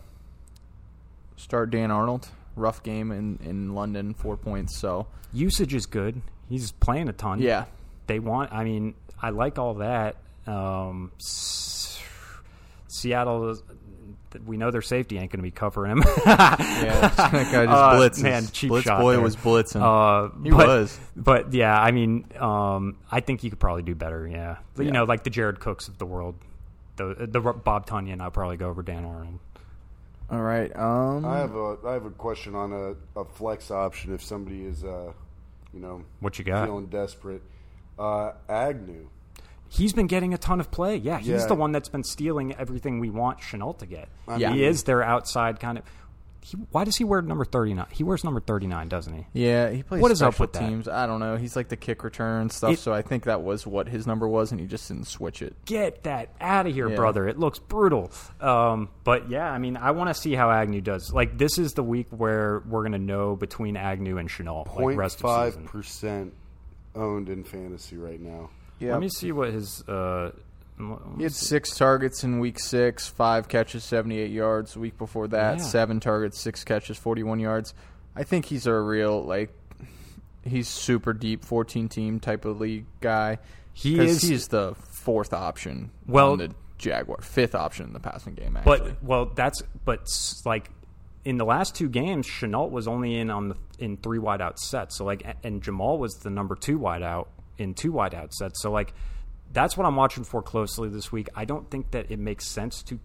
B: start Dan Arnold? Rough game in, in London, four points. So,
C: usage is good. He's playing a ton.
B: Yeah.
C: They want, I mean, I like all that. Um, S- Seattle, is- we know their safety ain't going to be covering him.
B: yeah, that guy
C: Uh,
B: just blitzes.
C: man, cheap
B: Blitz
C: shot
B: boy
C: there.
B: was blitzing.
C: Uh,
B: He
C: but,
B: was.
C: But yeah, I mean, um, I think he could probably do better. Yeah. But, You know, like the Jared Cooks of the world, the, the Bob Tunyon, I'll probably go over Dan Arnold.
B: All right. Um,
C: Hmm.
D: I have a I have a question on a, a flex option if somebody is uh, you know
C: What you got?
D: feeling desperate. Uh, Agnew.
C: He's been getting a ton of play. Yeah, he's
D: Yeah.
C: the one that's been stealing everything we want Chenault to get.
B: Yeah.
C: He is their outside kind of. He, why does he wear number 39? He wears number 39, doesn't he?
B: yeah, he plays
C: What is up
B: special
C: with that?
B: teams. I don't know. He's like the kick return stuff,
C: It-
B: so I think that was what his number was, and he just didn't switch it.
C: Get that out of here,
B: Yeah.
C: brother. It looks brutal. Um, but yeah, I mean, I want to see how Agnew does. Like, this is the week where we're going to know between Agnew and Chenault, like rest of season.
D: 05 percent owned in fantasy right now.
B: Yeah.
C: Let me see what his. Uh, l-
B: He had six targets in week six, five catches, 78 yards. Week before that,
C: Yeah.
B: seven targets, six catches, 41 yards. I think he's a real, like, he's super deep 14 team type of league guy.
C: He
B: 'Cause
C: is-
B: He's the fourth option
C: Well-
B: on the Jaguar, fifth option in the passing game, actually.
C: But well, that's but s- like in the last two games, Chenault was only in on the in three wideout sets. So like, a- and Jamal was the number two wideout in two wideout sets. So like that's what I'm watching for closely this week. I don't think that it makes sense to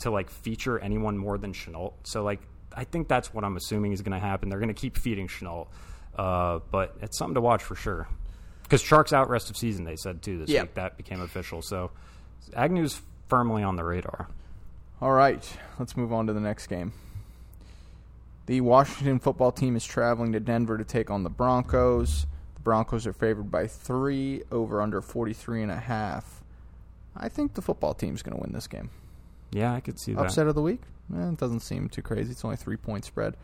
C: to like feature anyone more than Chenault. So like I think that's what I'm assuming is going to happen. They're going to keep feeding Chenault, uh, but it's something to watch for sure. Because Chark's out rest of season, they said too this
B: Yeah.
C: week. That became official. So Agnew's firmly on the radar.
B: All right, let's move on to the next game. The Washington football team is traveling to Denver to take on the Broncos. The Broncos are favored by three over under 43 and a half. I think the football team's going to win this game.
C: Yeah, I could see that.
B: Upset of the week? Eh, it doesn't seem too crazy. It's only three point spread.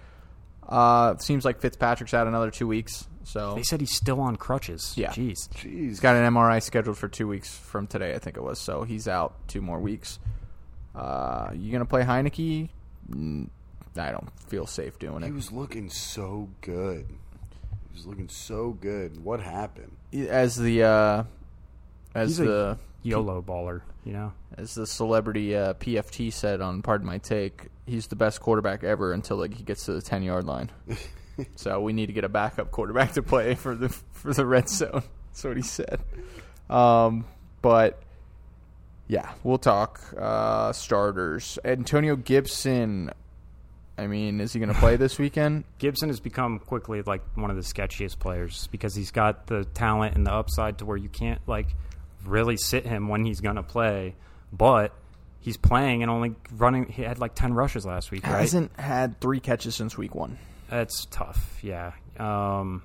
B: Uh, seems like Fitzpatrick's out another two weeks, so
C: They said he's still on crutches.
B: Yeah.
C: Jeez.
D: Jeez.
B: He's got an MRI scheduled for two weeks from today, I think it was. So he's out two more weeks. Uh, you gonna play Heineke? Mm, I don't feel safe doing
D: He
B: it.
D: was looking so good. He was looking so good. What happened?
B: As the uh, as
C: He's a-
B: the
C: YOLO baller, you know?
B: as the celebrity uh, PFT said on Pardon My Take, he's the best quarterback ever until like he gets to the ten yard line. so we need to get a backup quarterback to play for the for the red zone. That's what he said. Um, but yeah, we'll talk uh, starters. Antonio Gibson. I mean, is he going to play this weekend?
C: Gibson has become quickly like one of the sketchiest players because he's got the talent and the upside to where you can't like really sit him when he's going to play, but he's playing and only running. He had like ten rushes last week, right?
B: Hasn't had three catches since week one.
C: That's tough. Yeah. Um,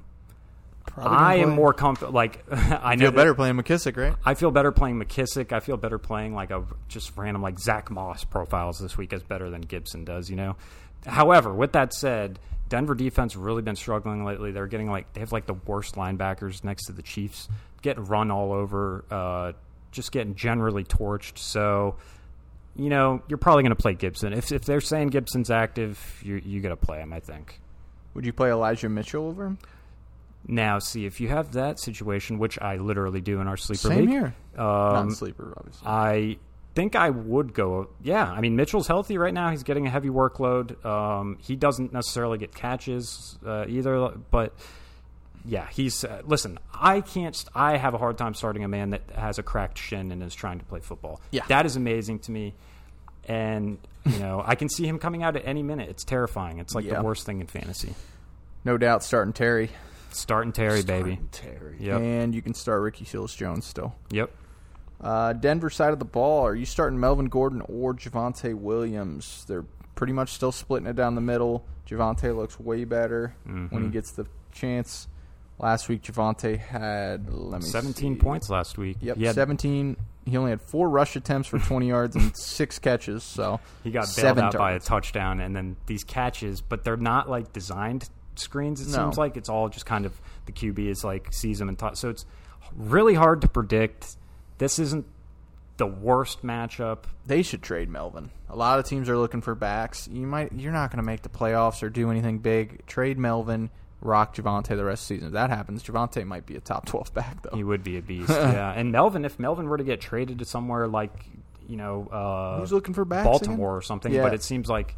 B: Probably gonna
C: I am
B: play.
C: more comfortable. Like I know
B: feel
C: that-
B: better playing McKissick, right?
C: I feel better playing McKissick. I feel better playing like a just random like Zach Moss profiles this week is better than Gibson does, you know. However, with that said, Denver defense really been struggling lately. They're getting like they have like the worst linebackers next to the Chiefs, getting run all over, uh, just getting generally torched. So, you know, you're probably going to play Gibson if if they're saying Gibson's active, you you got to play him. I think.
B: Would you play Elijah Mitchell over him?
C: Now, see if you have that situation, which I literally do in our sleeper
B: Same
C: league.
B: here.
C: Um,
B: Non-sleeper, obviously.
C: I think I would go. Yeah, I mean Mitchell's healthy right now. He's getting a heavy workload. Um, he doesn't necessarily get catches uh, either, but yeah, he's. Uh, listen, I can't. St- I have a hard time starting a man that has a cracked shin and is trying to play football.
B: Yeah.
C: that is amazing to me. And you know, I can see him coming out at any minute. It's terrifying. It's like
B: Yeah.
C: the worst thing in fantasy.
B: No doubt starting Terry.
C: Starting Terry, baby.
D: Terry.
C: Yep.
B: And you can start Ricky Seals Jones still.
C: Yep.
B: Uh, Denver side of the ball, are you starting Melvin Gordon or Javante Williams? They're pretty much still splitting it down the middle. Javante looks way better when
C: Mm-hmm.
B: he gets the chance. Last week, Javante had let me
C: Seventeen
B: see.
C: points last week.
B: Yep,
C: He had-
B: 17. He only had four rush attempts for 20 yards and six catches. So
C: He got bailed
B: seven
C: out by a
B: targets.
C: touchdown, and then these catches, but they're not like designed screens. It
B: No.
C: seems like it's all just kind of the QB is like sees them and t- so it's really hard to predict. This isn't the worst matchup.
B: They should trade Melvin. A lot of teams are looking for backs. You might you're not going to make the playoffs or do anything big. Trade Melvin, rock Javante the rest of the season. If that happens, Javante might be a top 12 back though.
C: He would be a beast, yeah. And Melvin, if Melvin were to get traded to somewhere like you know, uh,
B: Who's looking for backs
C: Baltimore
B: again?
C: or something,
B: Yeah.
C: but it seems like.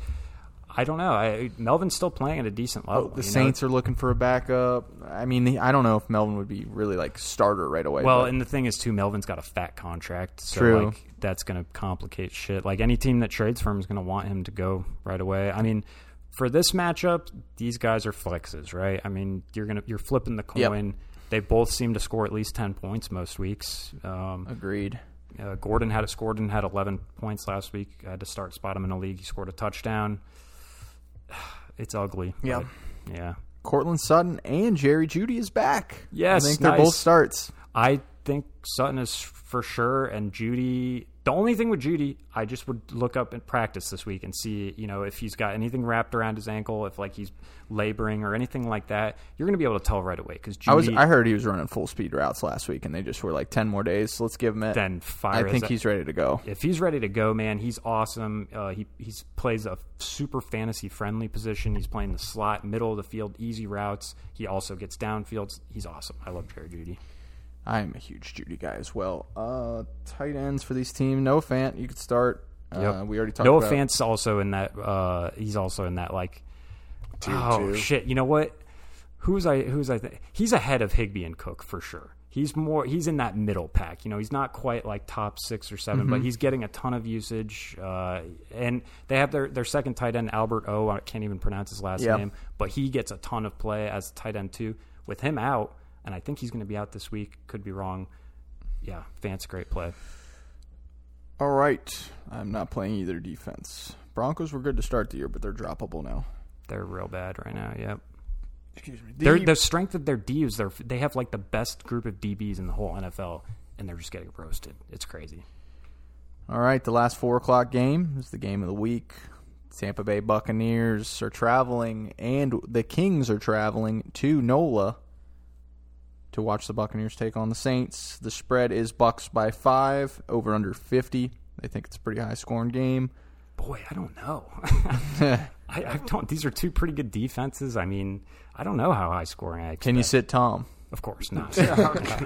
C: I don't know. I, Melvin's still playing at a decent level.
B: Oh, the
C: you know?
B: Saints are looking for a backup. I mean, the, I don't know if Melvin would be really like starter right away.
C: Well,
B: but
C: and the thing is, too, Melvin's got a fat contract, so
B: True.
C: like that's going to complicate shit. Like any team that trades for him is going to want him to go right away. I mean, for this matchup, these guys are flexes, right? I mean, you're gonna you're flipping the
B: Yep.
C: coin. They both seem to score at least ten points most weeks. Um,
B: agreed.
C: uh, Gordon had it. Gordon had eleven points last week. I had to start spot him in the league. He scored a touchdown. It's ugly.
B: Yep.
C: but, yeah.
B: Cortland Sutton and Jerry Judy is back.
C: Yes,
B: I think they're
C: nice.
B: both starts.
C: I think Sutton is for sure, and Judy. The only thing with Judy, I just would look up in practice this week and see, you know, if he's got anything wrapped around his ankle, if like he's laboring or anything like that. You're going to be able to tell right away because Judy
B: I was I heard he was running full speed routes last week, and they just were like ten more days. So let's give him it.
C: then
B: I
C: fire. his-
B: think he's ready to go.
C: if he's ready to go, man, he's awesome. Uh, he he's plays a super fantasy friendly position. He's playing the slot, middle of the field, easy routes. He also gets downfields. He's awesome. I love Jerry Judy.
B: I'm a huge Judy guy as well. Uh, tight ends for these team. No Fant, you could start. Uh, we already talked
C: Noah
B: about
C: Fant's also in that. Uh, he's also in that like.
D: Tier
C: oh
D: two.
C: shit! You know what? Who's I? Who's I? Th- he's ahead of Higby and Cook for sure. he's more he's in that middle pack. You know, he's not quite like top six or 7
B: Mm-hmm.
C: but he's getting a ton of usage. Uh, and they have their their second tight end Albert O. I can't even pronounce his last
B: Yeah.
C: name, but he gets a ton of play as tight end too. With him out, and I think he's going to be out this week. Could be wrong. Yeah, Vance, great play.
B: All right. I'm not playing either defense. Broncos were good to start the year, but they're droppable now.
C: They're real bad right now. Yep.
B: Excuse me.
C: Their, the strength of their D is their, they have like the best group of DBs in the whole NFL, and they're just getting roasted. It's crazy.
B: All right, the last four o'clock game is the game of the week. Tampa Bay Buccaneers are traveling, and the Kings are traveling to NOLA to watch the Buccaneers take on the Saints. The spread is Bucks by five, over under fifty. They think it's a pretty high scoring game.
C: Boy, I don't know. I, I don't. These are two pretty good defenses. I mean, I don't know how high scoring I
B: Can you sit Tom?
C: Of course not.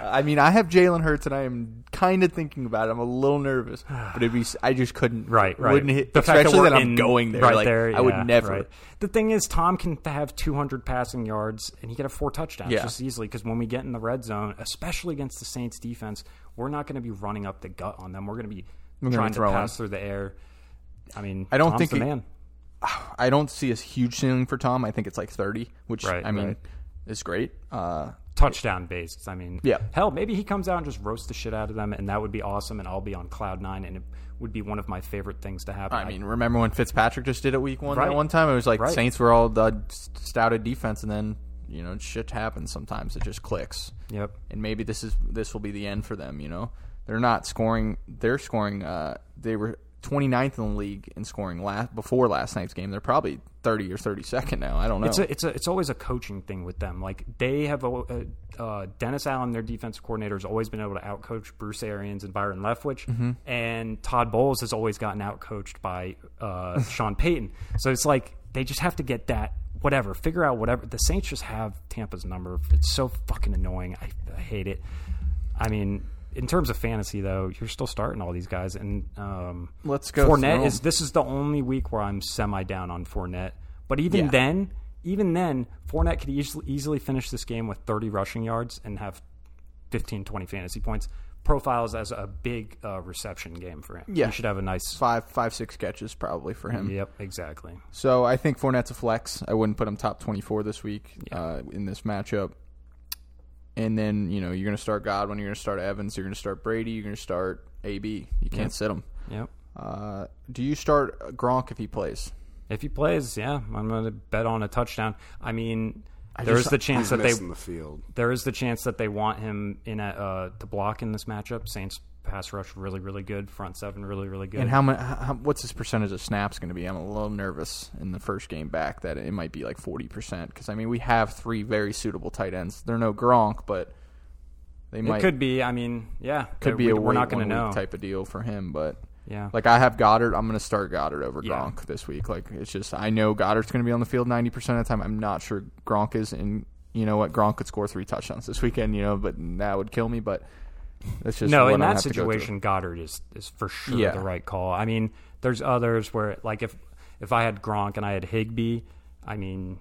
B: I mean, I have Jalen Hurts, and I am kind of thinking about it. I'm a little nervous, but it'd be I just couldn't.
C: Right, right.
B: Wouldn't hit,
C: The fact
B: especially
C: we're
B: that, I'm
C: in-
B: going there.
C: right
B: like,
C: there,
B: I
C: yeah,
B: would never.
C: right. The thing is, Tom can have 200 passing yards and he could have four touchdowns
B: Yeah.
C: just easily because when we get in the red zone, especially against the Saints defense, we're not going to be running up the gut on them. We're going to be
B: gonna
C: trying
B: be
C: to
B: throwing.
C: pass through the air. I mean,
B: I don't
C: Tom's
B: think
C: the
B: it-
C: man.
B: I don't see a huge ceiling for Tom. I think it's like 30, which
C: Right,
B: I mean
C: right.
B: is great. Uh,
C: touchdown based. I mean,
B: Yeah.
C: Hell, maybe he comes out and just roasts the shit out of them, and that would be awesome. And I'll be on cloud nine, and it would be one of my favorite things to happen.
B: I mean, remember when Fitzpatrick just did it week one?
C: Right.
B: That one time it was like
C: Right.
B: Saints were all the stouted defense, and then you know shit happens. Sometimes it just clicks,
C: yep.
B: and maybe this is this will be the end for them. You know, they're not scoring. They're scoring. Uh, they were 29th in the league in scoring last before last night's game. They're probably 30 or 32nd now. I don't know.
C: It's a, it's a, it's always a coaching thing with them. Like they have a, a uh, Dennis Allen, their defensive coordinator, has always been able to outcoach Bruce Arians and Byron Leftwich,
B: Mm-hmm.
C: and Todd Bowles has always gotten outcoached by uh, Sean Payton. So it's like they just have to get that whatever, figure out whatever. The Saints just have Tampa's number. It's so fucking annoying. I, I hate it. I mean. In terms of fantasy, though, you're still starting all these guys, and um,
B: Let's go through 'em.
C: Fournette is this is the only week where I'm semi down on Fournette. But even
B: Yeah.
C: then, even then, Fournette could easily, easily finish this game with 30 rushing yards and have 15, 20 fantasy points. Profiles as a big uh, reception game for him.
B: Yeah.
C: He should have a nice.
B: five five six catches probably for him.
C: Yep, exactly.
B: So I think Fournette's a flex. I wouldn't put him top 24 this week uh, in this matchup. And then, you know, you're going to start Godwin, you're going to start Evans, you're going to start Brady, you're going to start AB. You can't sit him.
C: Yep.
B: Uh, do you start Gronk if he plays?
C: If he plays, yeah, I'm going to bet on a touchdown. I mean, there's
B: just-
C: the chance that they
D: missing the field.
C: there is the chance that they want him in a, uh, to block in this matchup. Saints pass rush really really good, front seven really really good.
B: And how much? How, what's his percentage of snaps going to be? I'm a little nervous in the first game back that it might be like 40 percent because I mean we have three very suitable tight ends. They're no Gronk, but they
C: It
B: might
C: could be. I mean, yeah,
B: could be
C: we,
B: a
C: we're not
B: going to
C: know.
B: type of deal for him, but
C: Yeah,
B: Like I have Goddard, I'm going to start Goddard over
C: Yeah.
B: Gronk this week. Like it's just I know Goddard's going to be on the field 90 percent of the time. I'm not sure Gronk is, and you know what, Gronk could score three touchdowns this weekend. You know, but that would kill me. But that's just
C: no,
B: what
C: in
B: I
C: that
B: have to go through.
C: situation, Goddard is is for sure
B: Yeah.
C: the right call. I mean, there's others where like if if I had Gronk and I had Higby, I mean,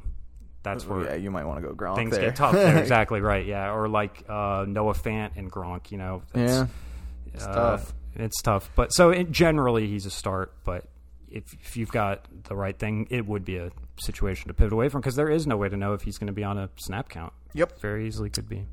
C: that's where
B: yeah, you might want to go Gronk.
C: things
B: there.
C: get tough. They're exactly right. Yeah, or like uh, Noah Fant and Gronk. You know, that's,
B: yeah, it's
C: Uh,
B: tough.
C: It's tough, but so it, generally he's a start. But if if you've got the right thing, it would be a situation to pivot away from because there is no way to know if he's going to be on a snap count.
B: Yep.
C: very easily could be.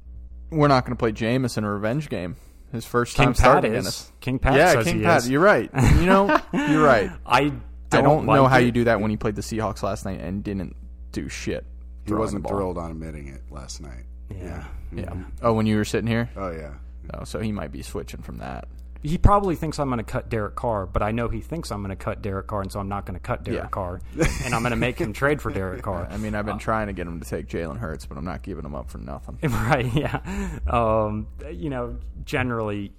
B: We're not going to play Jameis in a revenge game. His first
C: King
B: time
C: Pat
B: starting
C: is.
B: against us.
C: King Pat
B: yeah,
C: says
B: King
C: he
B: Pat.
C: is.
B: You're right. You know, you're right.
C: I don't,
B: I don't know
C: like
B: how
C: it.
B: you do that when he played the Seahawks last night and didn't do shit.
D: He
B: throwing
D: wasn't
B: the ball.
D: thrilled on admitting it last night.
C: Yeah.
B: Yeah. Oh, when you were sitting here.
D: Oh yeah.
B: Oh, so he might be switching from that.
C: He probably thinks I'm going to cut Derek Carr, but I know he thinks I'm going to cut Derek Carr, and so I'm not going to cut Derek
B: Yeah.
C: Carr, and I'm going to make him trade for Derek Carr.
B: I mean, I've
C: Uh,
B: been trying to get him to take Jalen Hurts, but I'm not giving him up for nothing.
C: Right? Yeah. Um, you know, generally,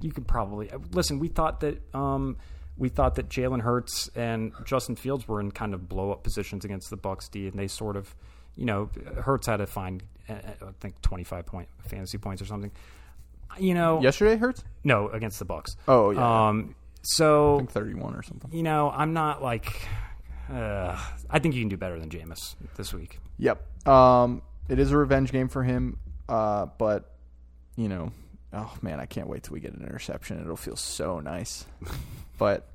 C: you could probably listen. We thought that um, we thought that Jalen Hurts and Justin Fields were in kind of blow up positions against the Bucks D, and they sort of, you know, Hurts had to find uh, I think 25 point fantasy points or something. You know,
B: Yesterday, Hurts?
C: no, against the Bucks.
B: Oh, yeah.
C: Um, so
B: Like 31 or something.
C: you know, I'm not like. Uh, I think you can do better than Jameis this week.
B: Yep. Um, it is a revenge game for him, uh, but you know, oh man, I can't wait till we get an interception. It'll feel so nice. but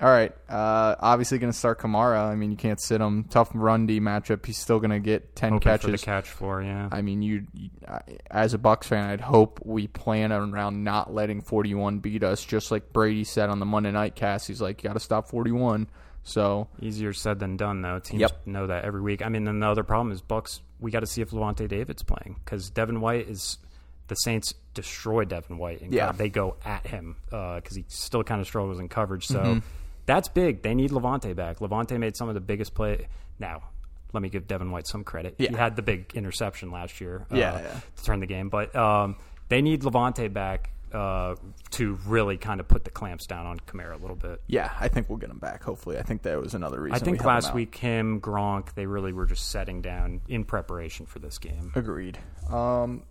B: all right, uh, obviously going to start Kamara. I mean, you can't sit him. Tough run D matchup. He's still going to get ten
C: Hoping for the
B: catches.
C: catch for yeah.
B: I mean, you, you I- as a Bucks fan, I'd hope we plan around not letting 41 beat us, just like Brady said on the Monday Night cast. He's like, you got to stop 41. So
C: Easier said than done, though. Teams
B: Yep.
C: know that every week. I mean, then the other problem is Bucks. We got to see if Levante David's playing because Devin White is. The Saints destroy Devin White, and
B: Yeah.
C: God, they go at him because he still kind of struggles in coverage. So
B: Mm-hmm.
C: that's big. They need Levante back. Levante made some of the biggest play. Now, let me give Devin White some credit. He
B: Yeah.
C: had the big interception last year.
B: Yeah,
C: uh,
B: yeah.
C: to turn the game. But um, they need Levante back uh, to really kind of put the clamps down on Kamara a little bit.
B: yeah, I think we'll get him back. Hopefully, I think that was another reason.
C: I
B: we
C: think
B: held him
C: last
B: out.
C: week him Gronk they really were just setting down in preparation for this game.
B: Agreed. Um,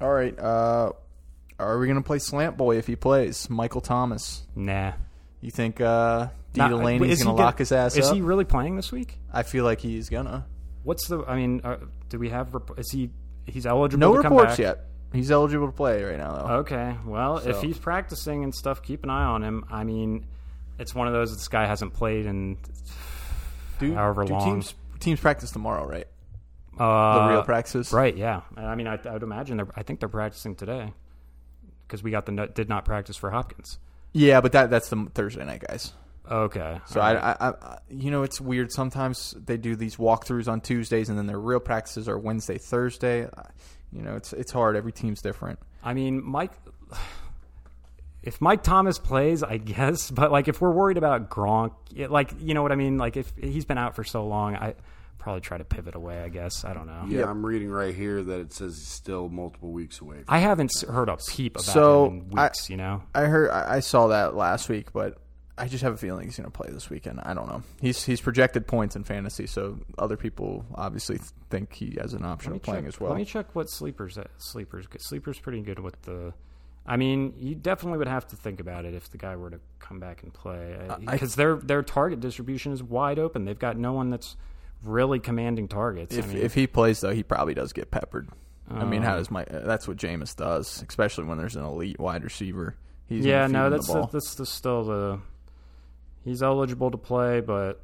B: all right. Uh, are we gonna play Slant Boy if he plays Michael Thomas?
C: Nah,
B: You think uh, D
C: Not-
B: Delaney's
C: is he
B: gonna
C: go-
B: lock his ass
C: Is
B: up?
C: he really playing this week?
B: I feel like he's gonna.
C: What's the? I mean, uh, do we have? rep- Is he? He's eligible.
B: No
C: to come
B: reports
C: back? Uh,
B: yet. He's eligible to play right now, though.
C: Okay. Well,
B: So-
C: if he's practicing and stuff, keep an eye on him. I mean, it's one of those. This guy hasn't played in
B: do,
C: however
B: do
C: long.
B: Teams, teams practice tomorrow, right? The
C: uh,
B: real practice,
C: Right. Yeah. And I mean, I, I would imagine they're. I think they're practicing today because we got the no, did not practice for Hopkins.
B: Yeah, but that that's the Thursday night guys.
C: Okay.
B: So I, I, I, you know, it's weird. Sometimes they do these walkthroughs on Tuesdays, and then their real practices are Wednesday, Thursday. I- You know, it's it's hard. Every team's different.
C: I mean, Mike. If Mike Thomas plays, I guess, but like if we're worried about Gronk, it, like you know what I mean, like if he's been out for so long, I probably try to pivot away. I guess I don't know.
D: Yeah, I'm reading right here that it says he's still multiple weeks away. From
C: I haven't s- heard a peep about
B: So,
C: him in
B: I-
C: weeks. you know,
B: I heard, I I saw that last week, but I just have a feeling he's going to play this weekend. I don't know. He's he's projected points in fantasy, so other people obviously th- think he has an option of
C: Let me
B: playing
C: check-
B: as well.
C: Let me check what sleepers uh, sleepers good. Sleepers pretty good with the. I mean, you definitely would have to think about it if the guy were to come back and play,
B: I-
C: because their their target distribution is wide open. They've got no one that's really commanding targets.
B: If
C: I mean,
B: if he plays though, he probably does get peppered. I mean,
C: Um,
B: how does my? uh, That's what Jameis does, especially when there's an elite wide receiver. He's gonna
C: yeah,
B: feed
C: no,
B: him
C: that's
B: the
C: the,
B: ball.
C: that's the, still the. He's eligible to play, but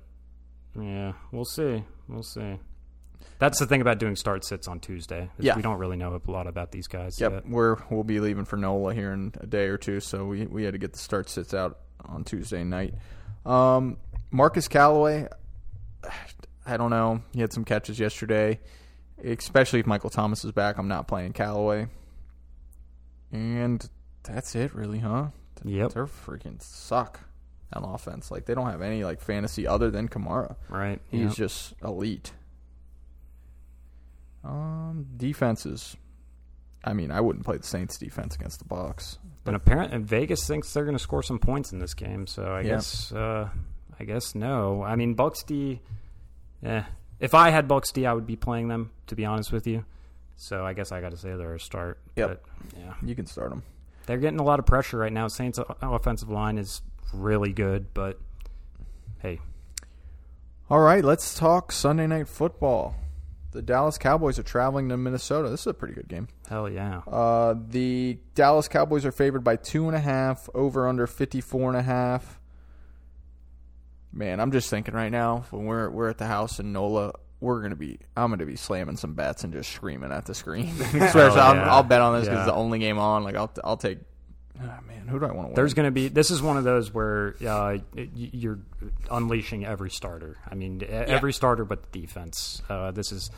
C: yeah, we'll see. We'll see. That's the thing about doing start sits on Tuesday. is
B: Yeah.
C: we don't really know a lot about these guys.
B: Yep,
C: yet.
B: we're we'll be leaving for NOLA here in a day or two, so we we had to get the start sits out on Tuesday night. Um, Marcus Callaway, I don't know. He had some catches yesterday, especially if Michael Thomas is back. I'm not playing Callaway, and that's it, really, huh?
C: Yep.
B: they're freaking suck on offense. Like they don't have any like fantasy other than Kamara.
C: Right.
B: He's
C: yep.
B: just elite. Um, defenses. I mean, I wouldn't play the Saints defense against the Bucks.
C: And apparent and Vegas thinks they're going to score some points in this game. So I
B: Yeah.
C: guess uh, I guess no. I mean Bucks D. Eh. If I had Bucks D, I would be playing them. To be honest with you. So I guess I got to say they're a start.
B: Yep.
C: But, yeah.
B: You can start them.
C: They're getting a lot of pressure right now. Saints o- offensive line is really good, but hey,
B: All right, let's talk Sunday night football. The Dallas Cowboys are traveling to Minnesota. This is a pretty good game.
C: hell yeah.
B: Uh, the Dallas Cowboys are favored by two and a half, over under fifty four and a half. Man, I'm just thinking right now when we're we're at the house in Nola, we're gonna be I'm gonna be slamming some bats and just screaming at the screen. Especially,
C: Oh,
B: I'm,
C: yeah.
B: I'll bet on this because
C: Yeah.
B: it's the only game on. Like I'll I'll take. ah, man, who do I want to?
C: There's going to be this is one of those where uh, y- you're unleashing every starter. I mean, e- every starter but the defense. Uh, this is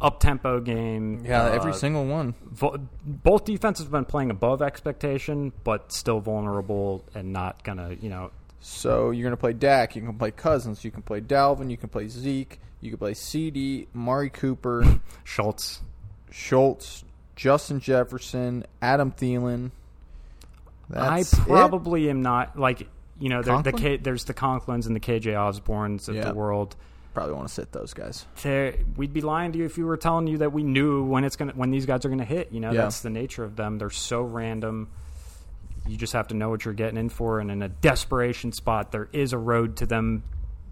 C: up tempo game.
B: yeah,
C: Uh,
B: every single one.
C: vo- both defenses have been playing above expectation, but still vulnerable and not going to you know.
B: So you're going to play Dak. You can play Cousins. You can play Dalvin. You can play Zeke. You can play CD, Mari Cooper,
C: Schultz.
B: Schultz, Justin Jefferson, Adam Thielen. That's
C: I
B: it.
C: probably am not like you know there, the
B: Conklin?
C: K, there's the Conklins and the KJ Osbornes of
B: Yeah.
C: the world.
B: probably want to sit those guys.
C: There, we'd be lying to you if you were telling you that we knew when it's gonna when these guys are gonna hit. You know
B: Yeah.
C: that's the nature of them. They're so random. You just have to know what you're getting in for, and in a desperation spot, there is a road to them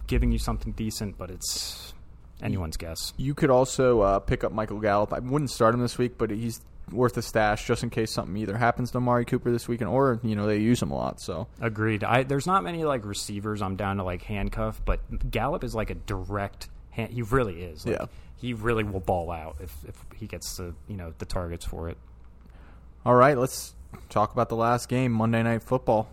C: giving you something decent, but it's anyone's guess.
B: You could also uh, pick up Michael Gallup. I wouldn't start him this week, but he's worth a stash just in case something either happens to Amari Cooper this weekend or you know they use him a lot. So
C: Agreed. I, there's not many like receivers I'm down to like handcuff, but Gallup is like a direct. Hand, he really is. Like,
B: Yeah.
C: He really will ball out if, if he gets the you know the targets for it.
B: all right, let's talk about the last game, Monday Night Football.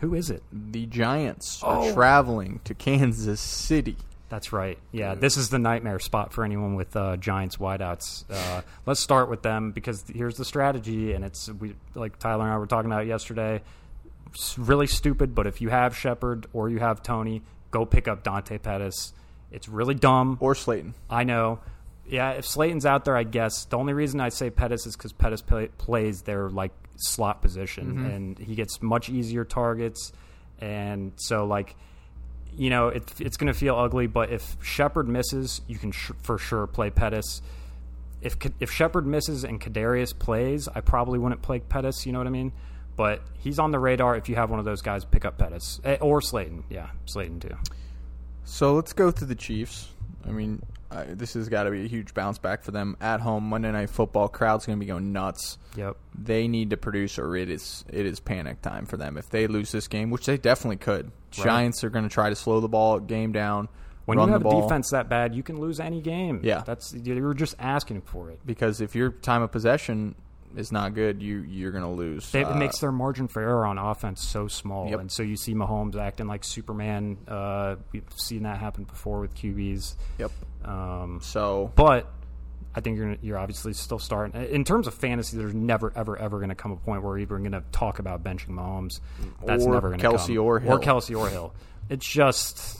C: Who is it?
B: The Giants are traveling to Kansas City.
C: That's right. Yeah, this is the nightmare spot for anyone with uh, Giants wideouts. Uh, let's start with them because here's the strategy, and it's we like Tyler and I were talking about yesterday. It's really stupid, but if you have Shepard or you have Tony, go pick up Dante Pettis. It's really dumb.
B: Or Slayton.
C: I know. Yeah, if Slayton's out there, I guess the only reason I say Pettis is because Pettis play, plays their like slot position, and he gets much easier targets, and so like, you know, it, it's going to feel ugly. But if Shepard misses, you can sh- for sure play Pettis. If K- if Shepard misses and Kadarius plays, I probably wouldn't play Pettis. You know what I mean? But he's on the radar. If you have one of those guys, pick up Pettis Eh, or Slayton. Yeah, Slayton too.
B: So let's go to the Chiefs. I mean, I, this has got to be a huge bounce back for them at home. Monday Night Football crowd's going to be going nuts.
C: Yep.
B: They need to produce, or it is it is panic time for them. If they lose this game, which they definitely could, Giants are going to try to slow the ball game down,
C: When
B: run the
C: you have a
B: ball.
C: defense that bad, you can lose any game.
B: Yeah.
C: that's you're just asking for it.
B: because if your time of possession is not good, you you're going to lose.
C: It
B: Uh,
C: makes their margin for error on offense so small,
B: Yep.
C: and so you see Mahomes acting like Superman. Uh, we've seen that happen before with
B: Uh,
C: QBs.
B: yep.
C: Um,
B: So
C: but I think you're gonna- you're obviously still starting in terms of fantasy. There's never ever ever going to come a point where we're even going to talk about benching Mahomes. That's
B: Or
C: never going to
B: Kelsey
C: come.
B: or Hill.
C: or Kelsey or Hill. It's just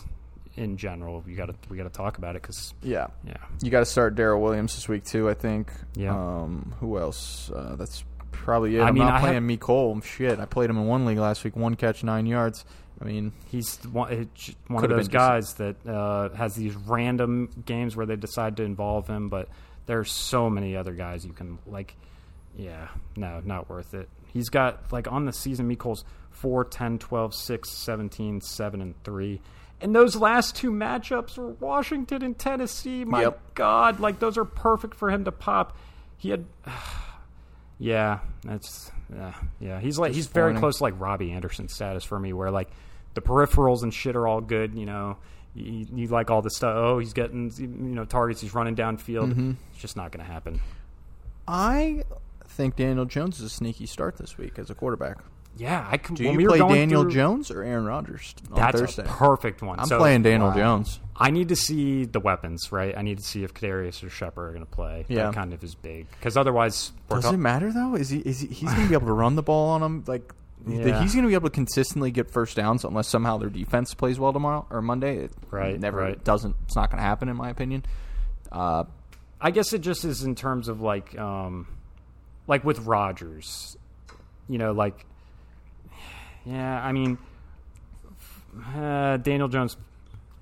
C: in general you got to we got to talk about it because
B: yeah,
C: yeah
B: you got to start Daryl Williams this week too. I think.
C: Yeah.
B: Um, who else? Uh, that's probably it.
C: I
B: I am
C: mean,
B: not
C: I
B: playing
C: have-
B: me Cole. Shit, I played him in one league last week. One catch, nine yards. I mean,
C: He's th- one, it j- one of
B: Could've
C: those
B: been
C: guys that uh, has these random games where they decide to involve him, but there are so many other guys you can like. Yeah, no, not worth it. He's got like on the season, Mikol's 4, 10, 12, 6, 17, 7, and 3. And those last two matchups were Washington and Tennessee. My
B: Yep.
C: God, like those are perfect for him to pop. He had, yeah, that's yeah, yeah. He's like he's very
B: Disappointing.
C: close to like Robbie Anderson status for me, where like the peripherals and shit are all good. You know, you, you like all the stuff. Oh, he's getting you know targets. He's running downfield.
B: Mm-hmm.
C: It's just not going to happen.
B: I think Daniel Jones is a sneaky start this week as a quarterback.
C: Yeah, I can.
B: Do
C: when
B: you
C: we were
B: play
C: going
B: Daniel
C: through-
B: Jones or Aaron Rodgers on
C: That's
B: Thursday?
C: a perfect one.
B: I'm
C: So
B: playing Daniel Jones.
C: I need to see the weapons, right? I need to see if Kadarius or Shepard are going to play.
B: Yeah.
C: that kind of is big because otherwise, we're
B: Does
C: go-
B: it matter though? Is he is he, he's going to be able to run the ball on him? Like
C: Yeah.
B: he's going to be able to consistently get first downs unless somehow their defense plays well tomorrow or Monday. It
C: Right,
B: never
C: right.
B: it doesn't. It's not going to happen in my opinion. Uh,
C: I guess it just is in terms of like, um, like with Rogers, you know, like, yeah, I mean, uh, Daniel Jones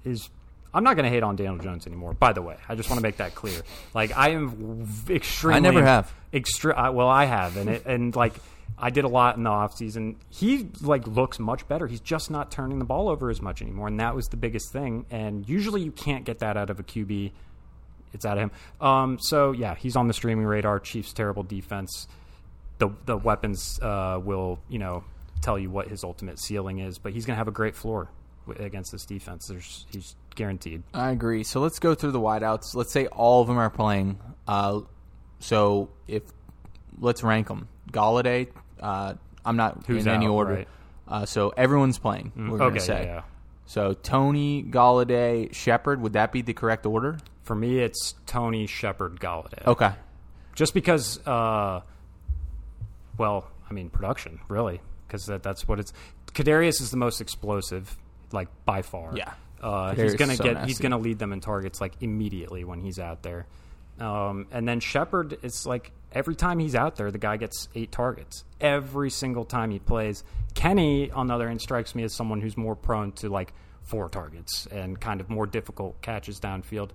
C: is. I'm not going to hate on Daniel Jones anymore. By the way, I just want to make that clear. Like, I am v- extremely.
B: I never have.
C: Extre- I, well, I have, and it, and like. I did a lot in the offseason. He like looks much better. He's just not turning the ball over as much anymore, and that was the biggest thing. And usually you can't get that out of a QB it's out of him. Um, so yeah, he's on the streaming radar. Chiefs terrible defense. The the weapons uh, will you know tell you what his ultimate ceiling is, but he's gonna have a great floor w- against this defense. There's he's guaranteed.
B: I agree. So let's go through the wideouts. Let's say all of them are playing. Uh, so if let's rank them. Galladay. Uh, I'm not
C: Who's
B: in any
C: out,
B: order.
C: right. Mm,
B: Uh, so everyone's playing. we're
C: okay,
B: gonna say.
C: yeah, yeah.
B: So Tony Galladay Shepard. Would that be the correct order?
C: For me, it's Tony Shepard Galladay.
B: Okay.
C: Just because, uh, well, I mean production really, because that that's what it's. Kadarius is the most explosive, like by far.
B: Yeah.
C: Uh,
B: Kadarius
C: he's
B: is
C: gonna
B: so
C: get he's
B: nasty.
C: gonna lead them in targets like immediately when he's out there. Um, and then Shepard, it's like every time he's out there, the guy gets eight targets every single time he plays. Kenny, on the other hand, strikes me as someone who's more prone to like four targets and kind of more difficult catches downfield.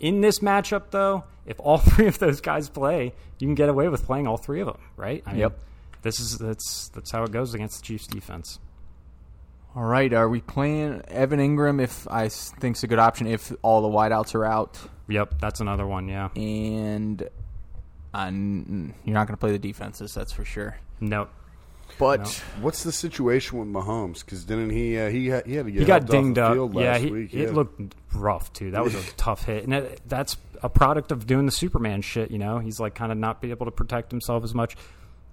C: In this matchup, though, if all three of those guys play, you can get away with playing all three of them, right? I mean,
B: Yep.
C: This is that's that's how it goes against the Chiefs defense.
B: All right. Are we playing Evan Ingram? If I s- think's a good option, if all the wideouts are out,
C: Yep, that's another one. Yeah.
B: and
F: Uh, n- n- you're not going to play the defenses, that's for sure.
C: Nope.
F: But
D: What's the situation with Mahomes? Because didn't he uh, he had, he had to get
C: he got
D: helped off
C: dinged
D: the
C: up.
D: field
C: yeah,
D: last
C: he,
D: week.
C: it looked rough too. That was a tough hit, and it, that's a product of doing the Superman shit. You know, he's like kind of not be able to protect himself as much,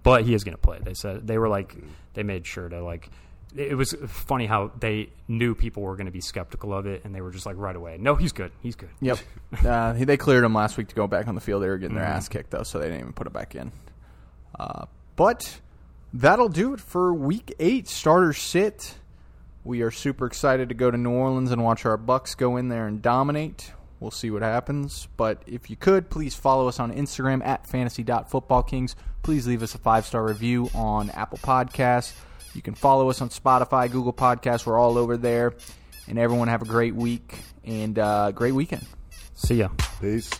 C: but he is going to play. They said they were like they made sure to like. It it was funny how they knew people were going to be skeptical of it, and they were just like right away, "No, he's good. He's good."
F: Yep.
B: uh, he- they cleared him last week to go back on the field. They were getting their ass kicked though, so they didn't even put it back in. Uh, but that'll do it for Week Eight starter sit. We are super excited to go to New Orleans and watch our Bucks go in there and dominate. We'll see what happens. But if you could, please follow us on Instagram at fantasy.footballkings. Please leave us a five star review on Apple Podcasts. You can follow us on Spotify, Google Podcasts. We're all over there. And everyone have a great week and uh, great weekend.
C: See ya.
D: Peace.